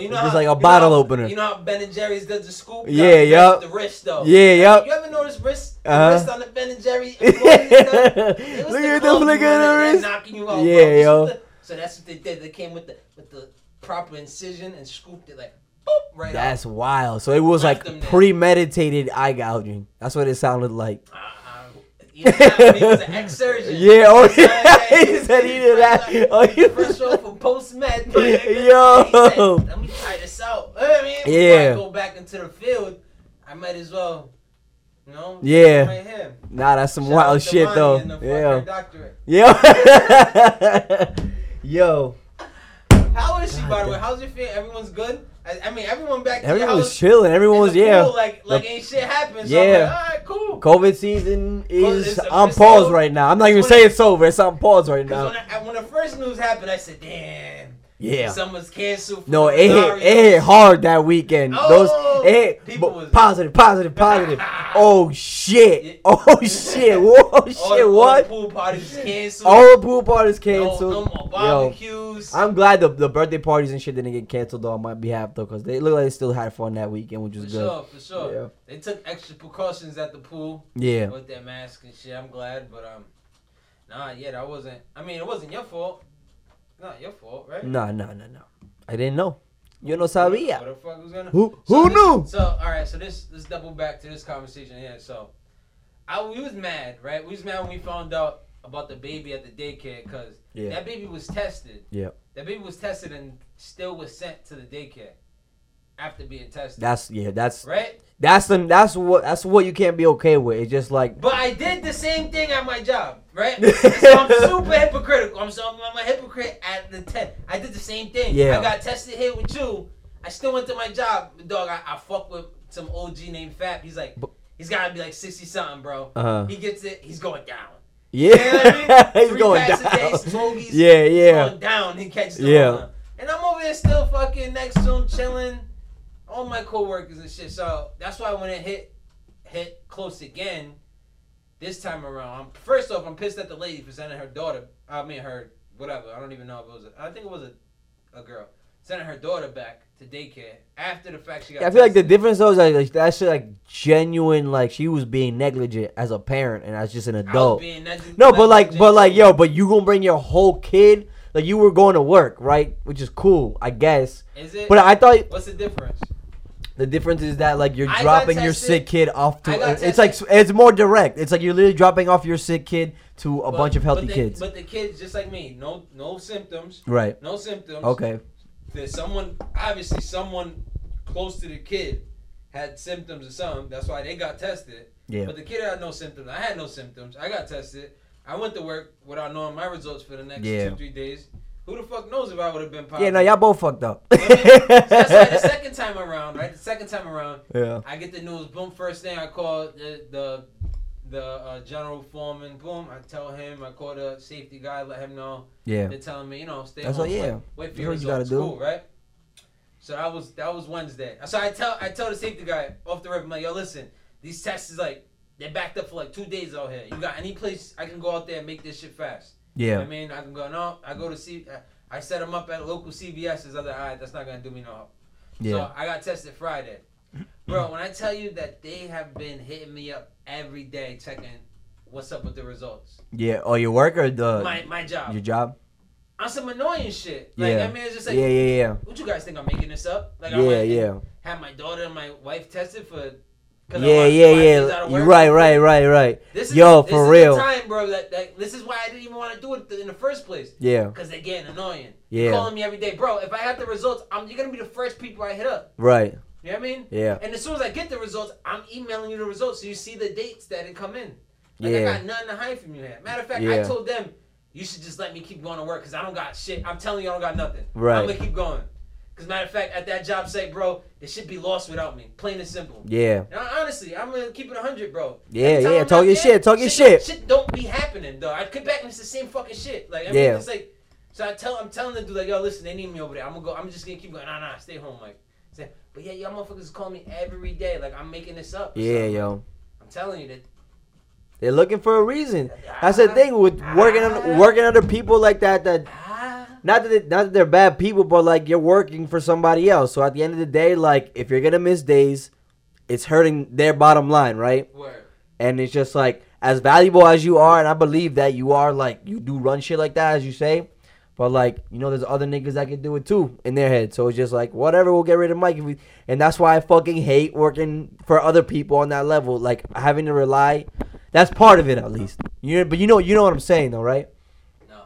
You know just how- like you know a bottle how- opener. You know how Ben and Jerry's does the scoop? Yeah, That's yup. The wrist though. Yeah, yep. You ever notice wrist, the Uh-huh. wrist on the Ben and Jerry? Look employees, though? It was at club you went this nigga in in the there wrist. Knocking you out. Yeah, bro. yo. So that's what they did. They came with the with the proper incision and scooped it like boop right That's wild. So it was Left them like there. premeditated eye gouging. That's what it sounded like. out. Uh, uh, you know, he was an ex surgeon. Yeah, oh yeah, he said he did that. Oh, you First row for post med. Yo. Let me try this out. You know what I mean, Before Yeah. I go back into the field, I might as well, you know. Yeah. Right here. Nah, that's some Shout wild out to shit Monty though. and the fucking Yeah. doctorate. Yo. Yo. How is she, by the God way? How's your feel? Everyone's good. I, I mean, everyone back. to your Everyone was house chilling. Everyone in was the pool, yeah. Like, like ain't shit happened. So Yeah. I'm like, all right, cool. COVID season it's is a- on it's pause over. right now. I'm not even It's saying it's over. It's on pause right 'Cause now. when, I, when the first news happened, I said, "Damn, Yeah. someone's canceled." for No, it hit, Rosario." it hit hard that weekend. Oh, Those it hit, people bu- was- positive, positive, positive. oh Yeah. shit! Oh shit! Whoa All the- all shit! the What? pool parties canceled. All the pool parties no, no canceled. more Yo, barbecues. I'm glad the, the birthday parties and shit didn't get canceled though on my behalf though, cause they look like they still had fun that weekend, which for was good. sure, for sure. Yeah. They took extra precautions at the pool Yeah, with their mask and shit. I'm glad, but um, nah, yeah, that wasn't. I mean, it wasn't your fault. Not your fault, right? no, no, no, no. I didn't know. Yo Mm. no sabía. What the fuck was gonna? Who So who this- knew? So all right, so this let's double back to this conversation here. So, I we was mad, right? We was mad when we found out about the baby at the daycare because Yeah. that baby was tested. Yeah. That baby was tested and still was sent to the daycare after being tested. That's yeah. That's right. that's the that's what that's what you can't be okay with. It's just like But I did the same thing at my job, right? so I'm super hypocritical. I'm so I'm a hypocrite at the test. I did the same thing. Yeah. I got tested here with you. I still went to my job, dog. I, I fuck with some OG named Fap. He's like, Bu- he's gotta be like sixty something, bro. uh He gets it. He's going down. yeah. He's Three going packs a day, down. smokies, Yeah, he's yeah. going down. He catches. Yeah. Yeah. And I'm over there still fucking next to him, chilling. All my coworkers and shit. So that's why when it hit, hit close again, this time around. I'm, first off, I'm pissed at the lady for sending her daughter. I mean her whatever. I don't even know if it was. A, I think it was a, a girl sending her daughter back to daycare after the fact she got. I feel like the tested. difference though is like, like that shit like genuine like she was being negligent as a parent and as just an I was adult. being neg- No, but like negligent but like too. yo, but you gonna bring your whole kid like you were going to work right, which is cool I guess. Is it? But I thought what's the difference? the difference is that like you're I got dropping your tested. sick kid off to I got it's like it's more direct. It's like you're literally dropping off your sick kid to a But- bunch of healthy but the, kids. But the kids, just like me, no no symptoms, right. no symptoms. Okay. There's someone, obviously, someone close to the kid had symptoms or something. That's why they got tested. Yeah. But the kid had no symptoms. I had no symptoms. I got tested. I went to work without knowing my results for the next Yeah. two, three days. Who the fuck knows if I would have been positive? Yeah, no, y'all both fucked up. You know what I mean? So that's why the second time around, right? The second time around, yeah. I get the news. Boom! First thing I call the the, the uh, general foreman. Boom! I tell him. I call the safety guy. Let him know. Yeah. They're telling me, you know, stay That's home. what- yeah. Wait, wait for That's your what you gotta results. do. Cool, right? So that was that was Wednesday. So I tell I tell the safety guy off the rip, I'm like, yo, listen, these tests is like they're backed up for like two days out here. You got any place I can go out there and make this shit fast? Yeah. I mean, I can go no. I go to C. I I set them up at local CVS's. I was like, all right, that's not gonna do me no help. Yeah. So I got tested Friday. Bro, when I tell you that they have been hitting me up every day checking what's up with the results. Yeah. Oh, your work or the my my job. your job? on some annoying shit. Like Yeah. I mean it's just like yeah, yeah, yeah. what you guys think I'm making this up? Like I yeah, went and yeah. had my daughter and my wife tested for 'cause I Yeah, worked yeah, five days yeah. out of You're work. right, right, right, right. This is Yo, this for is the real. time, bro. That, that this is why I didn't even want to do it in the first place. Yeah, Cause they're getting annoying. Yeah. calling me every day, bro. If I had the results, I'm you're gonna be the first people I hit up. right. You know what I mean? Yeah, And as soon as I get the results, I'm emailing you the results so you see the dates that it come in. Like I Yeah. got nothing to hide from you here. Matter of fact, I Yeah. told them you should just let me keep going to work because I don't got shit. I'm telling you, I don't got nothing. Right. I'm gonna keep going. Cause matter of fact, at that job site, bro, they should be lost without me. Plain and simple. yeah, And I- honestly, I'm gonna keep it hundred, bro. Yeah, Every time yeah, I'm talk out your there, shit, talk your don't- shit. Shit don't be happening though. I get back and it's the same fucking shit. Like I mean, Yeah. it's like, so I tell, I'm telling the dude like, yo, listen, they need me over there. I'm gonna go. I'm just gonna keep going. Nah, nah, stay home, like. Say, But yeah, y'all motherfuckers call me every day. Like I'm making this up. or yeah, something. yo. I'm telling you that. They're looking for a reason. That's the thing with working on working under people like that. That Ah, not that they, not that they're bad people, but like you're working for somebody else. So at the end of the day, like if you're gonna miss days, it's hurting their bottom line, right? word. And it's just like as valuable as you are, and I believe that you are like you do run shit like that, as you say. But like you know, there's other niggas that can do it too in their head. So it's just like whatever, we'll get rid of Mike. If we, and that's why I fucking hate working for other people on that level. Like having to rely, that's part of it at least. You know, but you know, you know what I'm saying though, right? No.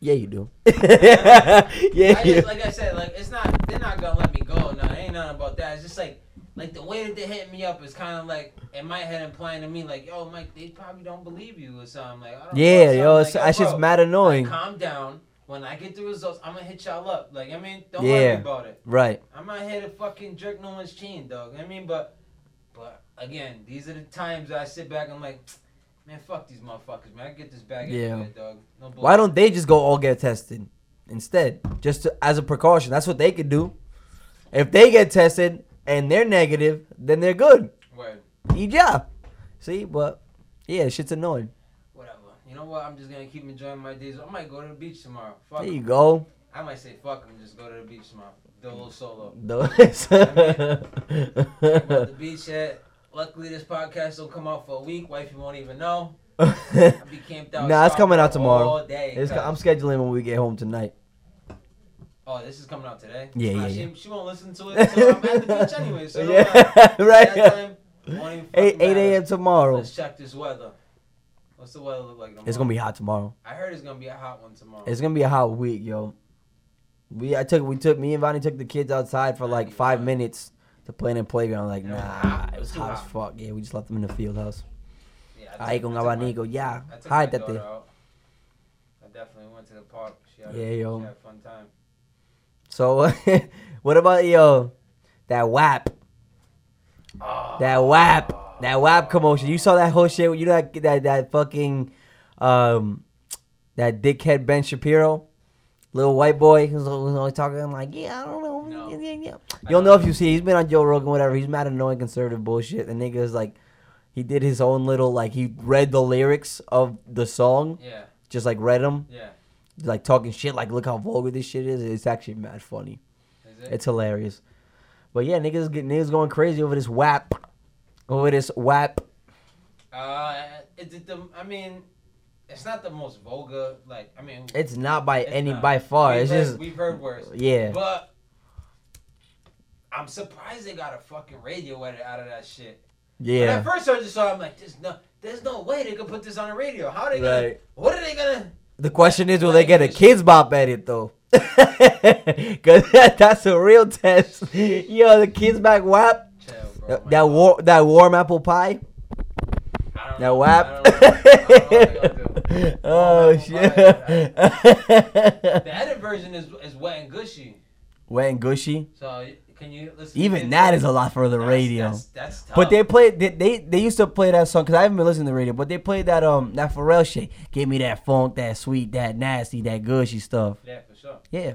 Yeah, you do. yeah, I you- just, like I said, like it's not. They're not gonna let me go. No, ain't nothing about that. It's just like, like the way that they're hitting me up is kind of like in my head implying to me like, yo, Mike, they probably don't believe you or something. Like, I don't yeah, know, yo, something it's, like, that shit's bro, mad annoying. Like, calm down. When I get the results, I'm gonna hit y'all up. Like, I mean, don't worry Yeah. about it. Right. I'm not here to fucking jerk no one's chain, dog. I mean, but, but again, these are the times I sit back. I'm like, man, fuck these motherfuckers, man. I get this bag Yeah. everywhere, dog. No bullshit. Why don't they just go all get tested instead, just to, as a precaution? That's what they could do. If they get tested and they're negative, then they're good. Word. Good job. See, but yeah, shit's annoying. Whatever. You know what? I'm just gonna keep enjoying my days. I might go to the beach tomorrow. Fuck. There you 'em. go. I might say fuck 'em, just go to the beach tomorrow. Do a little solo. Those- I'm at the beach yet. Luckily, this podcast will come out for a week. Wifey won't even know. I'll be camped out. Nah, it's coming out all tomorrow. day, It's- cuz. I'm scheduling when we get home tonight. Oh, this is coming out today. Yeah, Nah, yeah, she, yeah. She won't listen to it. So I'm at the beach anyway. So yeah, yeah, That right. time, won't even Eight fucking eight matter. a.m. tomorrow. Let's check this weather. What's the weather look like? Tomorrow? It's gonna be hot tomorrow. I heard it's gonna be a hot one tomorrow. It's gonna be a hot week, yo. We I took we took me and Vonnie took the kids outside for like five minutes to play in the playground. Like It was nah, hot. it was Too hot as hot. fuck. Yeah, we just left them in the field house. yeah, Ahí con took my- abanico, yeah. I took Hide my that daughter thing. out. I definitely went to the park. She had, Yeah, yo. She had a fun time. So what about yo? That WAP, Oh, that WAP, that WAP commotion. You saw that whole shit. You know that that that fucking um that dickhead Ben Shapiro, little white boy who's always, always talking like yeah I don't know. No. Yeah, yeah, yeah. I You'll don't know if you see. He's been on Joe Rogan, whatever. He's mad annoying conservative bullshit. The nigga's like, he did his own little like he read the lyrics of the song, Yeah, just like read them, yeah. like talking shit. Like look how vulgar this shit is. It's actually mad funny. Is it? It's hilarious. But yeah, niggas get niggas going crazy over this WAP, over this WAP. uh, is it the? I mean, it's not the most vulgar. Like, I mean, It's not by It's any not. by far. we've it's heard, just we've heard worse. yeah, But I'm surprised they got a fucking radio edit out of that shit. When I yeah, first heard the song, I'm like, there's no, there's no way they could put this on the radio. How they gonna? right. What are they gonna? The question is, will they Right, get a it's- kids bop edit though? Cause that's a real test. Yo, the kids back WAP. Chill, bro. That, that war, that warm apple pie. I don't don't That know. WAP. I don't know what they're gonna do. oh The shit. edit version is is wet and gushy. Wet and gushy. So can you listen? Even that is a lot for the That's- radio. That's, that's tough. But they played they, they they used to play that song because I haven't been listening to the radio. But they played that um that Pharrell shit. Give me that funk, that sweet, that nasty, that gushy stuff. yeah, for sure. Yeah,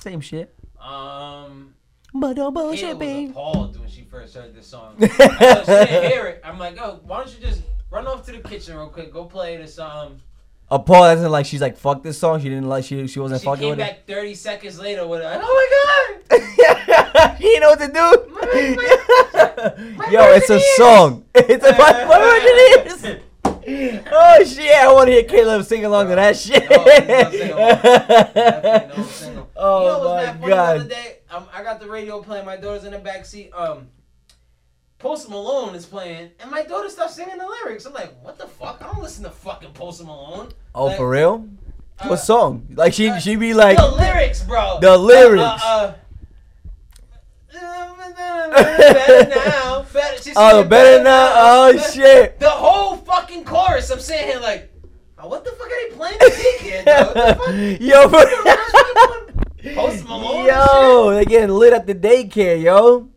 same shit. Um, But don't Kayla bullshit, was babe. appalled when she first heard this song. I thought she didn't hear it. I'm like, oh, why don't you just run off to the kitchen real quick, go play this um. A Paul isn't like she's like fuck this song. She didn't like she she wasn't She fucking came with back 30 seconds later with a, oh my god. it. she didn't know what to do. my Yo, it's a virgin ears. song. It's a my, my virgin ears. Oh shit! I want to hear Caleb sing along to that shit. No, he's not singing along. Definitely no single. you know, oh what's mad my funny The other god! day, um, I got the radio playing. My daughter's in the back seat. Um, Post Malone is playing, and my daughter starts singing the lyrics. I'm like, what the fuck? I don't listen to fucking Post Malone. Oh, Like, for real? uh, What song? Like she uh, she be like oh, the lyrics, bro. The lyrics. Uh, uh, uh, better now. Better, she's Oh, singing better now. Oh better- shit. The whole fucking chorus. I'm sitting here like, oh, what the fuck are they playing this kid? What the fuck? Yo, for What the fuck is going on? Post Malone. and yo, they getting lit at the daycare, yo. shit?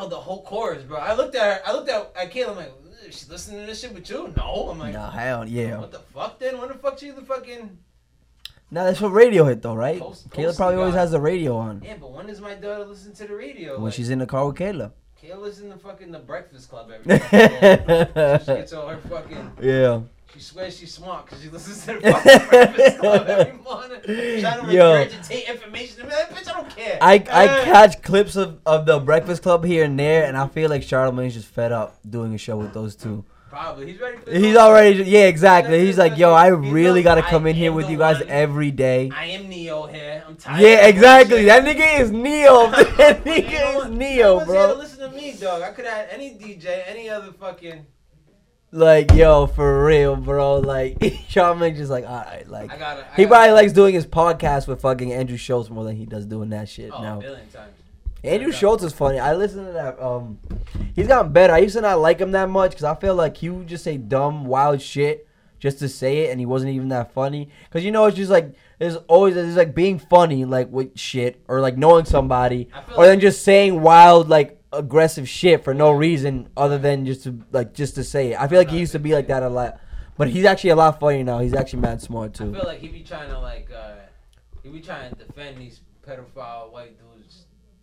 Yo, the whole chorus, bro. I looked at her. I looked at at Kayla. I'm like, "Ugh, she listening to this shit with you? No. I'm like, Nah, hell yeah. what the fuck? Then when the fuck she the fucking Nah, that's what radio hit though, right? Post- Caleb post probably always guy. has the radio on yeah? But when does my daughter listen to the radio? when Like, she's in the car with Caleb. Kayla's in the fucking the Breakfast Club every day. she gets all her fucking. Yeah. She swears she's smart because she listens to the fucking Breakfast Club every morning. Trying to Yo. regurgitate information. I'm like, bitch, I don't care. I, I Uh, catch clips of, of the Breakfast Club here and there, and I feel like Charlemagne's just fed up doing a show with those two. Probably he's ready. For the He's call. already, yeah, exactly. Oh. He's like, yo, I really gotta I come in here am with the you guys one. every day. I am Neo here. I'm tired. Yeah, of exactly. bullshit. That nigga is Neo. That You know nigga what? Everyone's is Neo, here to bro. Listen to me, dog. I could have had any DJ, any other fucking. Like, yo, for real, bro. Like, Charlemagne just like, all right, like. I gotta. I gotta- He Oh, probably likes doing his podcast with fucking Andrew Schultz more than he does doing that shit Oh, a now. billion times. Andrew Schultz is funny. I listen to that. Um, he's gotten better. I used to not like him that much because I feel like he would just say dumb, wild shit just to say it, and he wasn't even that funny. Because you know, it's just like there's always there's like being funny, like with shit, or like knowing somebody, I feel or then like- just saying wild, like aggressive shit for no reason other than just to like just to say it. I feel like he used to be like that a lot, but he's actually a lot funnier now. He's actually mad smart I too. feel like he be trying to like. uh He be trying to defend these pedophile white dudes.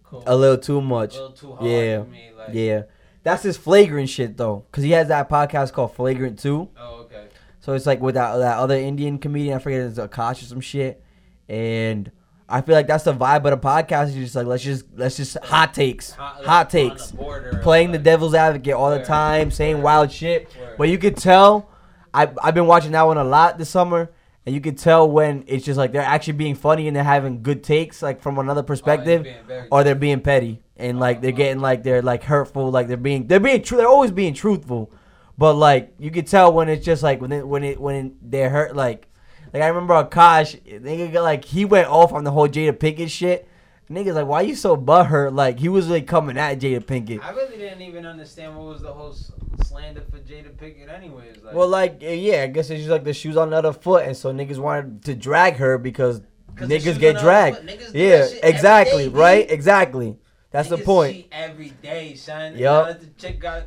Cool. A little too much. little too hard Yeah. for me. Like, Yeah. That's his flagrant shit though, cause he has that podcast called Flagrant Two. Oh, okay. So it's like with that, that other Indian comedian, I forget it's Akash or some shit. And I feel like that's the vibe of the podcast. Is just like let's just let's just hot takes, Hot, hot takes, playing the devil's advocate all the Word. time, saying Word. wild shit. Word. But you could tell, I I've been watching that one a lot this summer. And you could tell when it's just like they're actually being funny and they're having good takes, like from another perspective or they're being petty and like they're getting like they're like hurtful, like they're being they're being true. They're always being truthful, but like you can tell when it's just like when it, when it when they're hurt. Like like I remember Akash, nigga, got, like he went off on the whole Jada Pinkett shit. Niggas like, why you so butthurt? Like he was like coming at Jada Pinkett. I really didn't even understand what was the whole s- slander for Jada Pickett, anyways. Like, Well, like eh, yeah, I guess it's just like the shoes on the other foot, and so niggas wanted to drag her because 'cause the shoes niggas on get the- dragged. niggas do Yeah, that shit every exactly, day, B. right? Exactly. That's the Niggas point. cheat every day, son. Yup. Yep. Now that the chick got.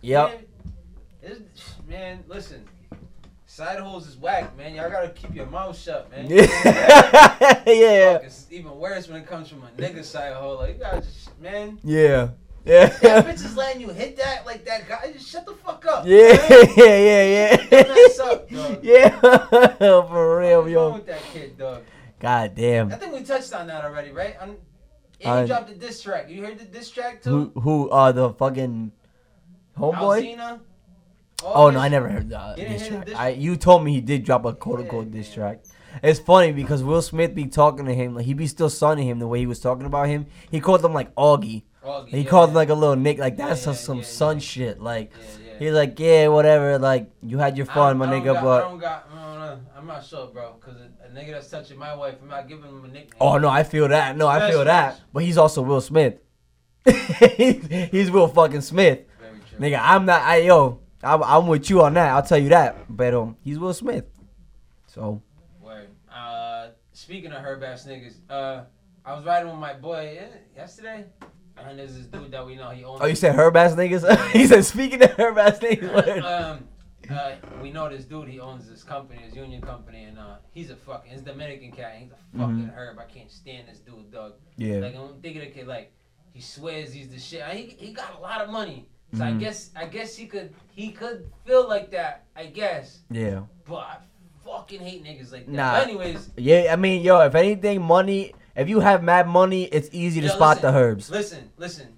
yep. Man, it's- man, listen. Side holes is whack, man. Y'all gotta keep your mouth shut, man. yeah. yeah. It's even worse when it comes from a nigga side hole. Like, you gotta just, man. Yeah. That Yeah. bitch is letting you hit that like that guy. Just shut the fuck up. Yeah, man. yeah, yeah, That's up, yeah. dog. Yeah, for real, What's wrong yo. with that kid, dog? God I damn. think we touched on that already, right? i I- Andy dropped the diss track. You heard the diss track Who, too? who, uh, the fucking homeboy? Alcina? Oh no, I this- never heard uh, You didn't diss hear the track. diss I, you told me he did drop a quote Yeah, unquote diss man. track. It's funny because Will Smith be talking to him like he be still sunning him the way he was talking about him. He called him like Augie. Oh, He yeah, called yeah. him like a little Nick. Like Yeah, that's yeah, some yeah, son yeah. shit. Like Yeah, yeah. he's like yeah, whatever. Like you had your I don't- fun, my I don't nigga, got- but I don't got, I don't know. I'm not sure, bro. Because a, a nigga that's touching my wife, I'm not giving him a nickname. Oh no, I feel that. No, I feel Smash that. Mouth. But he's also Will Smith. he's Will fucking Smith, Very true. nigga. I'm not. I yo, I, I'm with you on that. I'll tell you that. But um, he's Will Smith. So Word. Uh, speaking of herb ass niggas, uh, I was riding with my boy eh, yesterday, and there's this dude that we know. He owns. oh, you said herb ass niggas. he said speaking to herb ass niggas. word. um, uh, we know this dude. He owns this company, this union company, and uh, he's a fucking. He's Dominican cat. and He's a fucking Mhm. herb. I can't stand this dude, dog. Yeah. Like I'm thinking, okay, like he swears he's the shit. I, he, he got a lot of money, so I Mhm. guess I guess he could he could feel like that. I guess, Yeah. but I fucking hate niggas like that. Nah. But anyways, Yeah. I mean, yo, if anything, money. If you have mad money, it's easy to Yo, spot listen, the herbs. Listen, listen.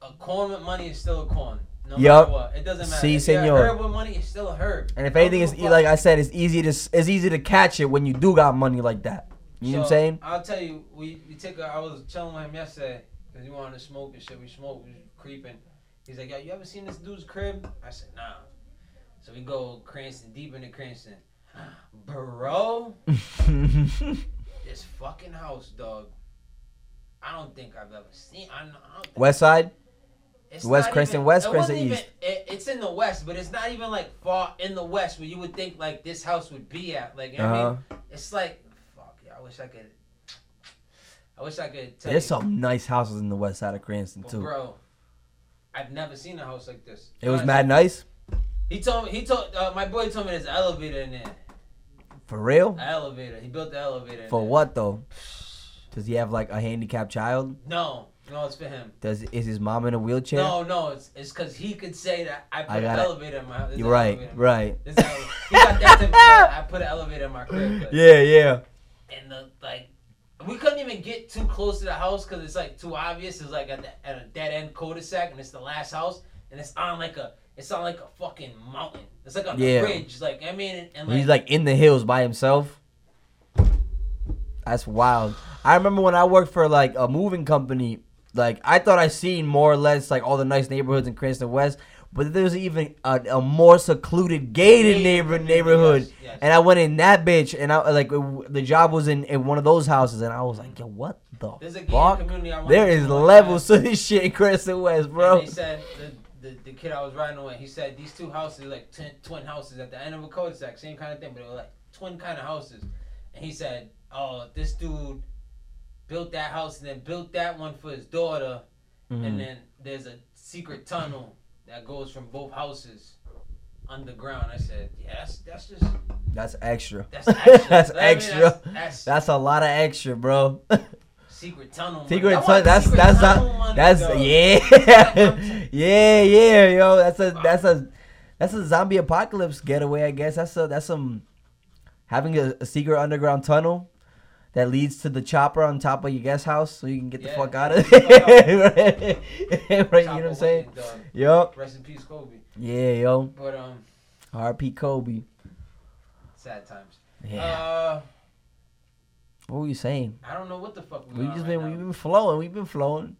A corn with money is still a corn. No Yup. matter what. It doesn't matter. Si, If you're a senor. herb with money is still a herb. And if Don't anything, give it's a e- fuck. like I said, it's easy to s- it's easy to catch it when you do got money like that. You know what I'm So, saying? I'll tell you, we, we took a, I was telling him yesterday, because he wanted to smoke and shit. We smoked, we was creeping. He's like, yo, you ever seen this dude's crib? I said, nah. So we go Cranston, deep into Cranston. Bro, this fucking house, dog. I don't think I've ever seen. I, don't- I don't think West Side. It's West not Crescent West, it wasn't Crescent even- East. it- it's in the West, but it's not even like far in the West where you would think like this house would be at. Like you know what I Uh-huh. mean, it's like fuck. Yeah, I wish I could. I wish I could. Tell There's you, some nice houses in the West Side of Cranston but too. bro. I've never seen a house like this. It was Honestly. mad nice. He told me. He told uh, my boy told me there's an elevator in there. For real? An elevator. He built the elevator. In For there. what though? Does he have like a handicapped child? No, no, it's for him. Does is his mom in a wheelchair? No, no, it's it's because he could say that I put I an gotta- elevator in my house. There's You're an right, elevator in my- right. there's an ele- He got that to me. I put an elevator in my crib. but- Yeah, yeah. and the like we couldn't even get too close to the house because it's like too obvious. It's like at, the, at a dead end cul-de-sac, and it's the last house, and it's on like a it's on like a fucking mountain. It's like on a Yeah. ridge. Like I mean, and, and like, He's like in the hills by himself. That's wild. I remember when I worked for like a moving company, like I thought I seen more or less like all the nice neighborhoods in Cranston West, but there's even a, a more secluded gated Gated neighbor community, neighborhood. yes, yes. And I went in that bitch and I like w- the job was in, in one of those houses and I was like, yo, what the there's a gated fuck? community. I wanted There to is go in levels there, to this shit in Crescent West, bro. And they said the, the the kid I was riding with. He said these two houses are like twin, twin houses at the end of a cul-de-sac, same kind of thing, but they were like twin kind of houses. And he said, "Oh, this dude built that house and then built that one for his daughter." Mhm. and then there's a secret tunnel that goes from both houses underground. I said, yeah, that's that's just That's extra. that's extra. that's I mean, extra. that's, that's That's a lot of extra, bro. secret tunnel. money. I Secret want Tunnel. That's secret that's tunnel not, money, that's dog. yeah, yeah, yeah, yo. That's a that's a that's a zombie apocalypse getaway, I guess. That's a that's some having a, a secret underground tunnel that leads to the chopper on top of your guest house, so you can get Yeah, the fuck yeah, out of get the fuck there. right, Chopper you know what I'm with saying? it, dog. Yo, Rest in peace, Kobe. yeah, yo. But um, R.P. Kobe. sad times. Yeah. Uh, what were you saying? I don't know what the fuck we We've on just right been now. we've been flowing. We've been flowing.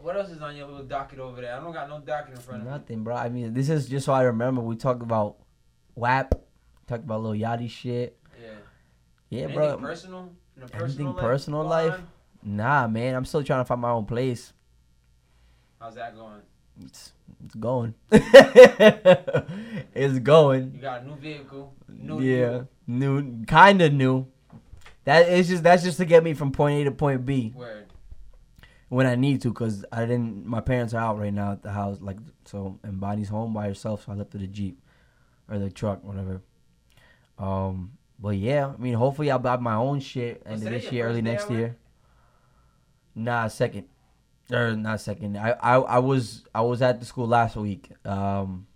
What else is on your little docket over there? I don't got no docket in front of me. Nothing, bro. I mean, this is just so I remember. We talked about WAP, talked about little Yachty shit. Yeah. Yeah, Anything bro. Personal. In a Anything life personal going life? on? Nah, man. I'm still trying to find my own place. How's that going? It's, it's going. it's You going. got a new vehicle. New yeah, new, kind of new. That is just that's just to get me from point A to point B Word. when I need to, cause I didn't. My parents are out right now at the house, like so, and Bonnie's home by herself, so I left her the jeep or the truck, whatever. Um, but yeah, I mean, hopefully I'll buy my own shit Was end of today this your year, first early day at next work? year. Nah, second, or not second. I, I I was I was at the school last week, um,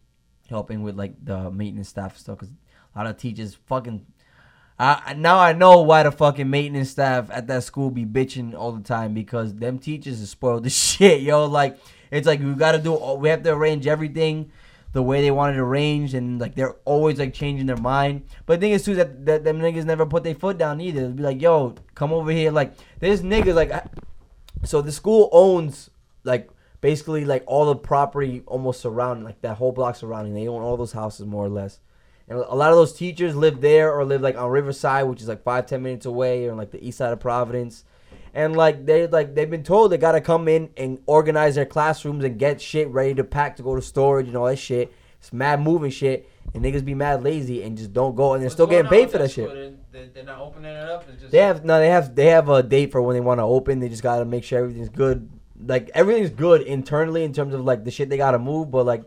helping with like the maintenance staff and stuff, cause a lot of teachers fucking. I I- now I know why the fucking maintenance staff at that school be bitching all the time because them teachers is spoiled as shit, yo. Like it's like we gotta do, all- we have to arrange everything the way they wanted arranged, and like they're always like changing their mind. But the thing is too that, that them niggas never put their foot down either. They'd be like, yo, come over here. Like there's niggas like, I- so the school owns like basically like all the property almost surrounding like that whole block surrounding. They own all those houses more or less. And a lot of those teachers live there or live like on Riverside, which is like five, ten minutes away, or like the east side of Providence. and like they like they've been told they gotta come in and organize their classrooms and get shit ready to pack to go to storage and all that shit. It's mad moving shit, and niggas be mad lazy and just don't go, and they're What's still going getting on paid with for that school? shit. They're, they're not opening it up. It's just They have no, they have they have a date for when they want to open. They just gotta make sure everything's good. Like everything's good internally in terms of like the shit they gotta move, but like.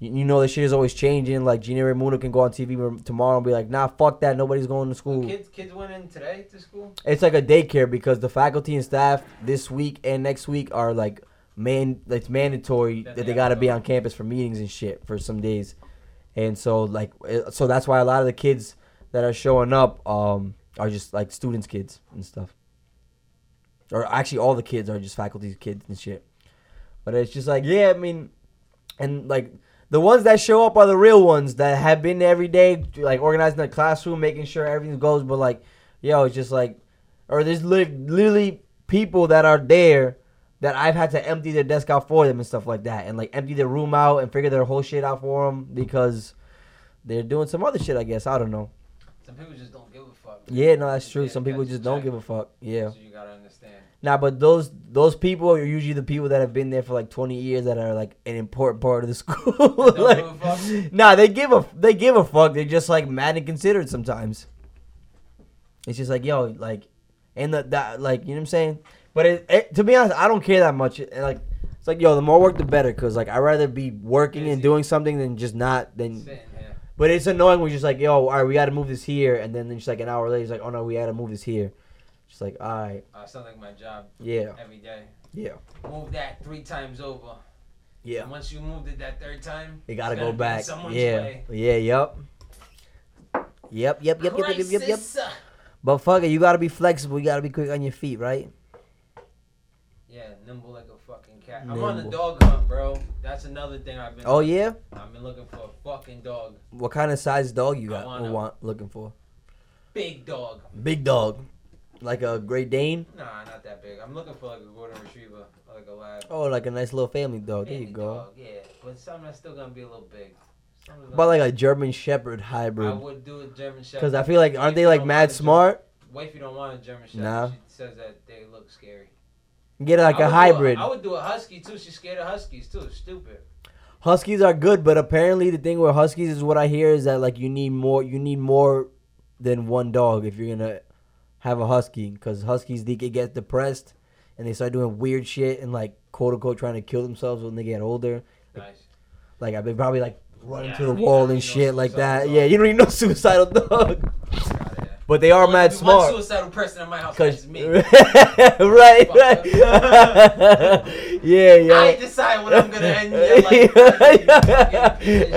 You you know the shit is always changing. Like Gina Raimundo can go on TV tomorrow and be like, "Nah, fuck that. Nobody's going to school." kids. Kids went in today to school. It's like a daycare because the faculty and staff this week and next week are like man it's That mandatory that, they they have got to to be go. on campus for meetings and shit for some days. And so like uh, so that's why a lot of the kids that are showing up um are just like students kids and stuff. Or actually all the kids are just faculty's kids and shit. But it's just like yeah, I mean and like the ones that show up are the real ones that have been there every day, like organizing the classroom, making sure everything goes. But like, yo, it's just like, or there's li- literally people that are there that I've had to empty their desk out for them and stuff like that, and like empty their room out and figure their whole shit out for them because they're doing some other shit. I guess I don't know. Some people just don't give a fuck. Yeah, no, that's true. Yeah, Some people that's just don't check. give a fuck. Yeah. So you gotta understand. Nah, but those those people are usually the people that have been there for like twenty years that are like an important part of the school. Don't like, give a fuck? nah, they give a they give a fuck. They're just like mad and considerate sometimes. It's just like yo, like, and the that like you know what I'm saying. But it, it, to be honest, I don't care that much. And like, it's like yo, the more work the better, cause like I would rather be working and Busy. doing something than just not than. Sitting here. But it's annoying when you're just like yo, all right, we got to move this here, and then just like an hour later, it's like oh no, we got to move this here. Just like all right, I sound like my job yeah, every day. yeah, Move that three times over. yeah. And once you moved it that third time, They gotta it's go gonna be back. someone's Yeah. way. Yeah. Yep. Yep. Yep. Yep. Yep. Yep. Yep. Yep. Crisis. But fuck it, you gotta be flexible. You gotta be quick on your feet, right? Yeah, nimble like a fucking cat. I'm on a Nimble. dog hunt, bro. That's another thing I've been. Oh yeah. I've been looking for a fucking dog, What kind of size dog you I got? wanna- Or want looking for? big dog. Big dog, like a Great Dane. Nah, not that big. I'm looking for like a golden retriever, or like a lab. Oh, like a nice little family dog. Oh, There you Baby go. dog, yeah, but something that's still gonna be a little big. Something About like a German Shepherd hybrid. I would do a German Shepherd. Cause I feel like aren't If they you like don't mad want a smart? German- What if you don't want a German Shepherd? Nah. She says that they look scary. Get like I a would do hybrid. I would do a Husky too. She's scared of Huskies too. Stupid. Huskies are good, but apparently the thing with Huskies is what I hear is that like you need more you need more than one dog if you're gonna have a husky because Huskies they could get depressed and they start doing weird shit and like quote unquote trying to kill themselves when they get older. Nice. Like I've been probably like running Yeah, to the you wall don't and need no shit like that. suicidal dog. Yeah, you don't even know suicidal dog, Outta here. but they are Only mad one smart. suicidal person in my house. That's Cause me. right, right. yeah, yeah. I decide when I'm gonna end your life. You fucking piece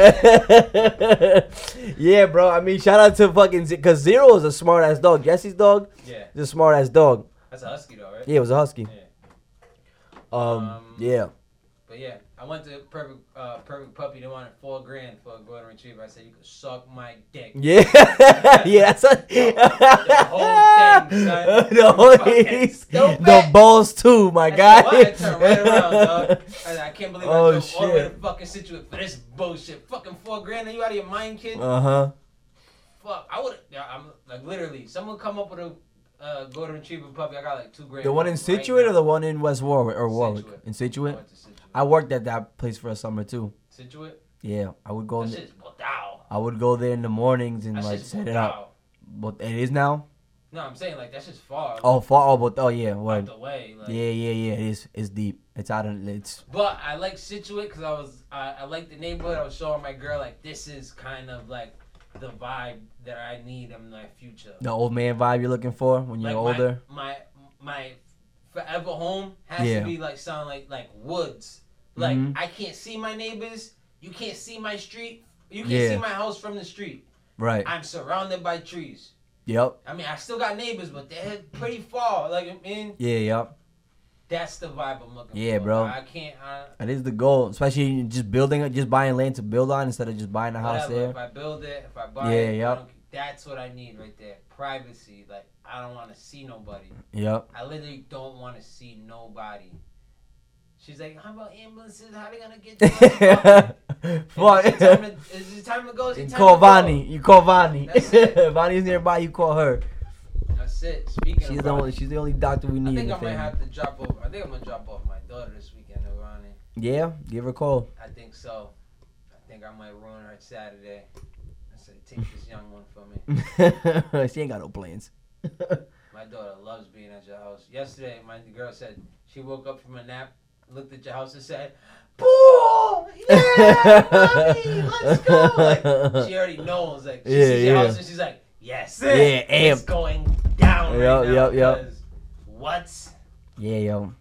of shit. yeah, bro. I mean, shout out to fucking Z- cause Zero is a smart ass dog. Jesse's dog Yeah, is a smart ass dog. that's a husky though, right? Yeah, it was a husky. Um, Um, yeah. But yeah, I went to perfect, uh, perfect puppy. They wanted four grand for a golden retriever. I said you could suck my dick. Yeah, yeah, that's a, The whole thing, son. the whole Fucking thing. stupid. the balls too, my I guy. said, "Why?" I turned right around, dog. I, said, I can't believe Oh, I drove all the way to shit. fucking Situate for this bullshit. Fucking four grand? Are you out of your mind, kid? Uh huh. Fuck, I would. I'm like literally. Someone come up with a uh, golden retriever puppy. I got like two grand. The one in right Situate now. or the one in West Warwick or Warwick Situate. in I Situate. went to Situate. I worked at that place for a summer too. Situate. Yeah, I would go. That In the, shit's wow. I would go there in the mornings and That like shit's set it up. wow. But it is now. No, I'm saying like that's just far. Oh, far. Oh, but oh yeah, out what? the way. Like, Yeah, yeah, yeah. It is. It's deep. It's out of. It's But I like Situate because I was I, I like the neighborhood. I was showing my girl like this is kind of like the vibe that I need in my future. the old man vibe you're looking for when you're like older. My, my my forever home has Yeah. to be like sound like like woods. Like Mhm. I can't see my neighbors. You can't see my street. You can't Yeah. see my house from the street. Right. I'm surrounded by trees. yep. I mean, I still got neighbors, but they're pretty far. Like I mean, Yeah. Yep. that's the vibe I'm looking for. Yeah, bro. I can't. I, That is the goal, especially just building, just buying land to build on instead of just buying a house Whatever, there. If I build it, if I buy Yeah, it, I yep. don't- that's what I need right there. Privacy. Like I don't want to see nobody. Yep. I literally don't want to see nobody. She's like, how about ambulances? How they gonna get? to the Fuck. motherfucker? Is it time to- Is it time to go? Is You it time call to go?" Vani. You call Vani. That's it. Vani's nearby. You call her. That's it. Speaking She's of the Ronnie, only. She's the only doctor we I need. in think the I might family. have to drop off. I think I'm gonna drop off my daughter this weekend, Ronnie. Yeah, give her a call. I think so. I think I might ruin her Saturday. I said, take this young one for me. she ain't got no plans. My daughter loves being at your house. Yesterday, my the girl said she woke up from a nap, looked at your house, and said, "Pool, yeah, mommy, let's go." Like, she already knows. Like she Yeah, sees your yeah. house, and she's like, "Yes, Yeah, it's amped. going down Yup, right now." yup, yup. because What? Yeah, yo.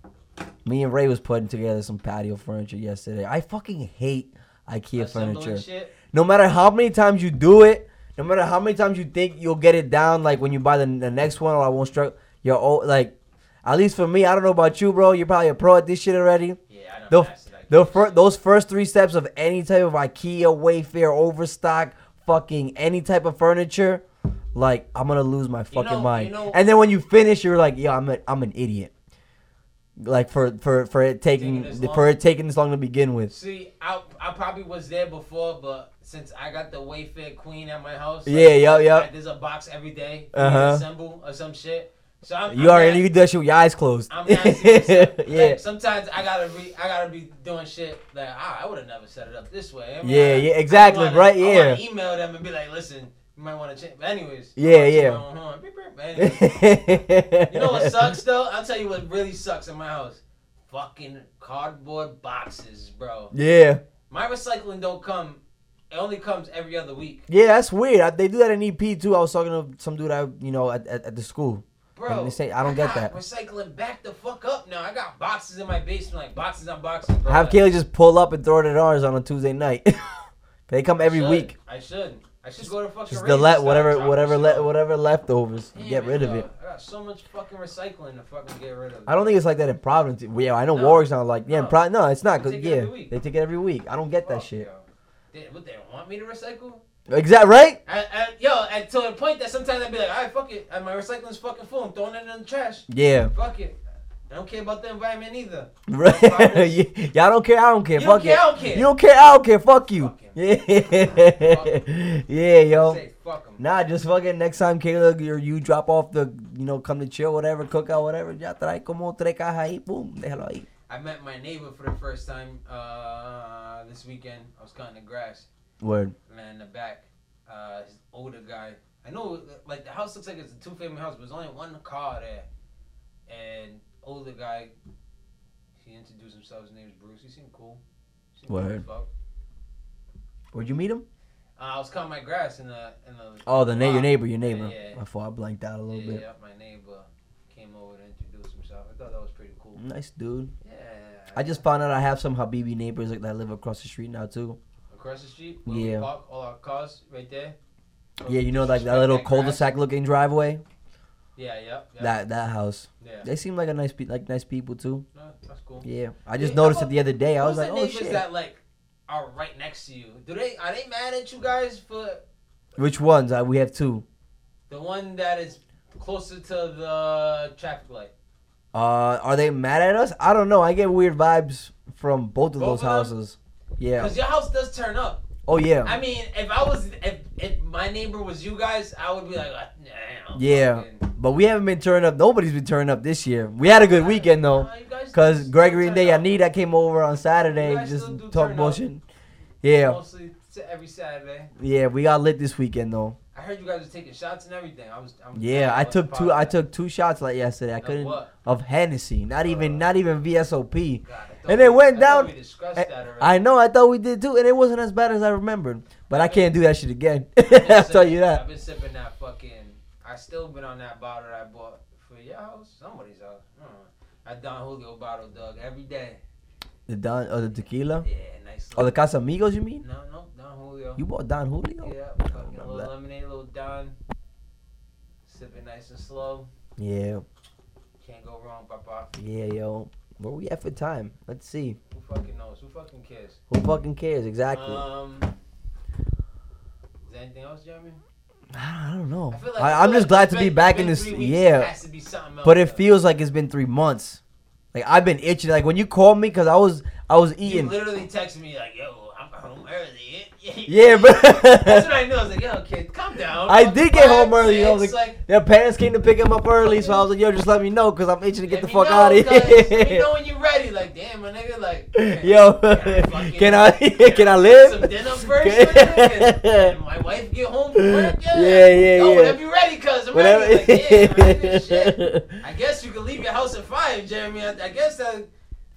Me and Ray was putting together some patio furniture yesterday. I fucking hate IKEA Assembling furniture. Shit? No matter how many times you do it, no matter how many times you think you'll get it down, like when you buy the, the next one or I won't struggle. You're old, like, at least for me, I don't know about you, bro. You're probably a pro at this shit already. Yeah, I don't The- master that The shit. fir- those first three steps of any type of IKEA, Wayfair, Overstock, fucking any type of furniture, like I'm gonna lose my fucking know- mind. you know- and then when you finish, you're like, yo, I'm a, I'm an idiot. Like for for for it Taking taking, this for long? it taking this long to begin with. See, I, I probably was there before, but since I got the Wayfair Queen at my house, Yeah, yo, like, yo. there's a box every day, Uh-huh. uh-huh. assemble or some shit. So I'm, You I'm already mad- you can do that shit with your eyes closed. I'm yeah, asking. yeah. yeah, Sometimes I gotta be, I gotta be doing shit that ah, I would have never set it up this way. I mean, I- yeah, exactly, I wanna- right? I Yeah. wanna email them and be like, listen, you might want to change. But anyways. I Yeah, wanna change yeah. my own horn. Beep, beep. But anyways, you you know what sucks though? I'll tell you what really sucks in my house. Fucking cardboard boxes, bro. Yeah, My recycling don't come. It only comes every other week, yeah, that's weird. I, they do that in EP too. I was talking to some dude I, you know, at, at, at the school. bro. And they say- I don't get got that. Recycling back the fuck up now. I got boxes in my basement, like boxes on boxes, bro. Have Like, Kayla just pull up and throw it at ours on a Tuesday night. they come every should. week. I should. I should go to fucking. Just the Rangers let now, whatever drop whatever this le- off. whatever leftovers. Damn get rid of dog. it. I got so much fucking recycling to fucking get rid of. I don't think it's like that in Providence. Yeah, I know No. Warwick's not like yeah. No, No. Pro- no it's not. They Cause, take it yeah, every week. they take it every week. I don't get that Fuck, shit. yo. They, what they want me to recycle? Exact right. I, I, yo, and to a point that sometimes I'd be like, all right, fuck it. And my recycling's fucking full. I'm throwing it in the trash. Yeah. Fuck it. I don't care about the environment either. Right. Providence. Y- Y'all don't care. I don't care. You don't Fuck care, I don't it. care. You don't care. I don't care. Fuck you. Fuck him. Yeah. yeah, yo. Say fuck 'em. Nah, just fucking next time Caleb or you drop off the, you know, come to chill, whatever, cookout, whatever. Ya trae como tres cajas ahí, boom, déjalo ahí. I met my neighbor for the first time uh, this weekend. I was cutting the grass, Word. and in the back, uh, this older guy. I know, like the house looks like it's a two-family house, but there's only one car there. And older guy, he introduced himself. His name's Bruce. He seemed cool. Seemed cool Word. as fuck. Where'd you meet him? Uh, I was cutting my grass in the in the. Oh, the na- your lot. neighbor, your neighbor. Yeah. I thought I blanked out a little Yeah, bit. yeah, my neighbor came over to introduce himself. I thought that was pretty cool. Nice dude. Yeah. Mm-hmm. I just found out I have some Habibi neighbors like, that live across the street now too. across the street. Where Yeah. We park all our cars right there. Yeah, you know, like that Cut little Oh, grass. cul-de-sac looking driveway. Yeah, yep. yep That that house. yeah. They seem like a nice, pe- like nice people too. No, that's cool. Yeah, I just Yeah, how noticed it about- the other day. I Who's was like, the oh neighbors shit. that like are right next to you? Do they are they mad at you guys for Which ones? Uh, we have two. the one that is closer to the traffic light? Uh, are they mad at us? I don't know. I get weird vibes from both of Both of those them? houses. Yeah. Because your house does turn up. Oh yeah. I mean, if I was if, if my neighbor was you guys, I would be like, ah, nah, Yeah. fucking- but we haven't been turning up. Nobody's been turning up this year. We had a good weekend though. Nah, you guys Cause still Gregory and turn up. Dayanita came over on Saturday You and guys just still do talk turn up. bullshit. Yeah, Mostly t- every Saturday. yeah, we got lit this weekend though. I heard you guys were taking shots and everything. I was. I'm Yeah, I I'm took proud two. of I that. took two shots like yesterday. I Of couldn't what? of Hennessy. Not even Uh, not even VSOP. God, I thought And it we- went I thought down- We discussed I- that already. I know. I thought we did too, and it wasn't as bad as I remembered. But I can't do that shit again. I've been I'll tell you sipping- that. I've been sipping that fucking. I still been on that bottle that I bought for your house, somebody's house. I don't know. That Don Julio bottle, Doug, every day. The Don or the tequila Yeah, nice. or Oh, the little- Casamigos? You mean? No, no, Don Julio. You bought Don Julio? yeah, I fucking remember little that. lemonade, little Don. Sipping nice and slow. Yeah, Can't go wrong, papa. yeah, yo. Where we at for time? Let's see. Who fucking knows? Who fucking cares? Who fucking cares exactly? Um. Is there anything else, Jeremy? I don't know. I feel like- I, am feel just like glad it's to be been- back been in this. three weeks. Yeah, Has to be something but else, it though. feels like it's been three months. Like I've been itching. Like when you called me, cause I was I was You eating. literally texted me like, "Yo, I'm home. home early. Yeah, bro. That's what I knew. I was like, yo, kid, calm down. I did get home early, I was It's like, Their parents came to pick him up early, so I was like, "Yo, just let me know, cause I'm itching to let get the me fuck know, out of guys. Let me here." know when you're ready. Like, damn, my nigga, like, Yo, fucking- can I can I get live? Some dinner first, my nigga. And my wife get home from work. Yeah, Yeah, yeah, Yo, yeah. whenever you're ready, cuz I'm Whatever. ready. Like, yeah, man, shit. I guess you could leave your house at five, Jeremy. I, I guess that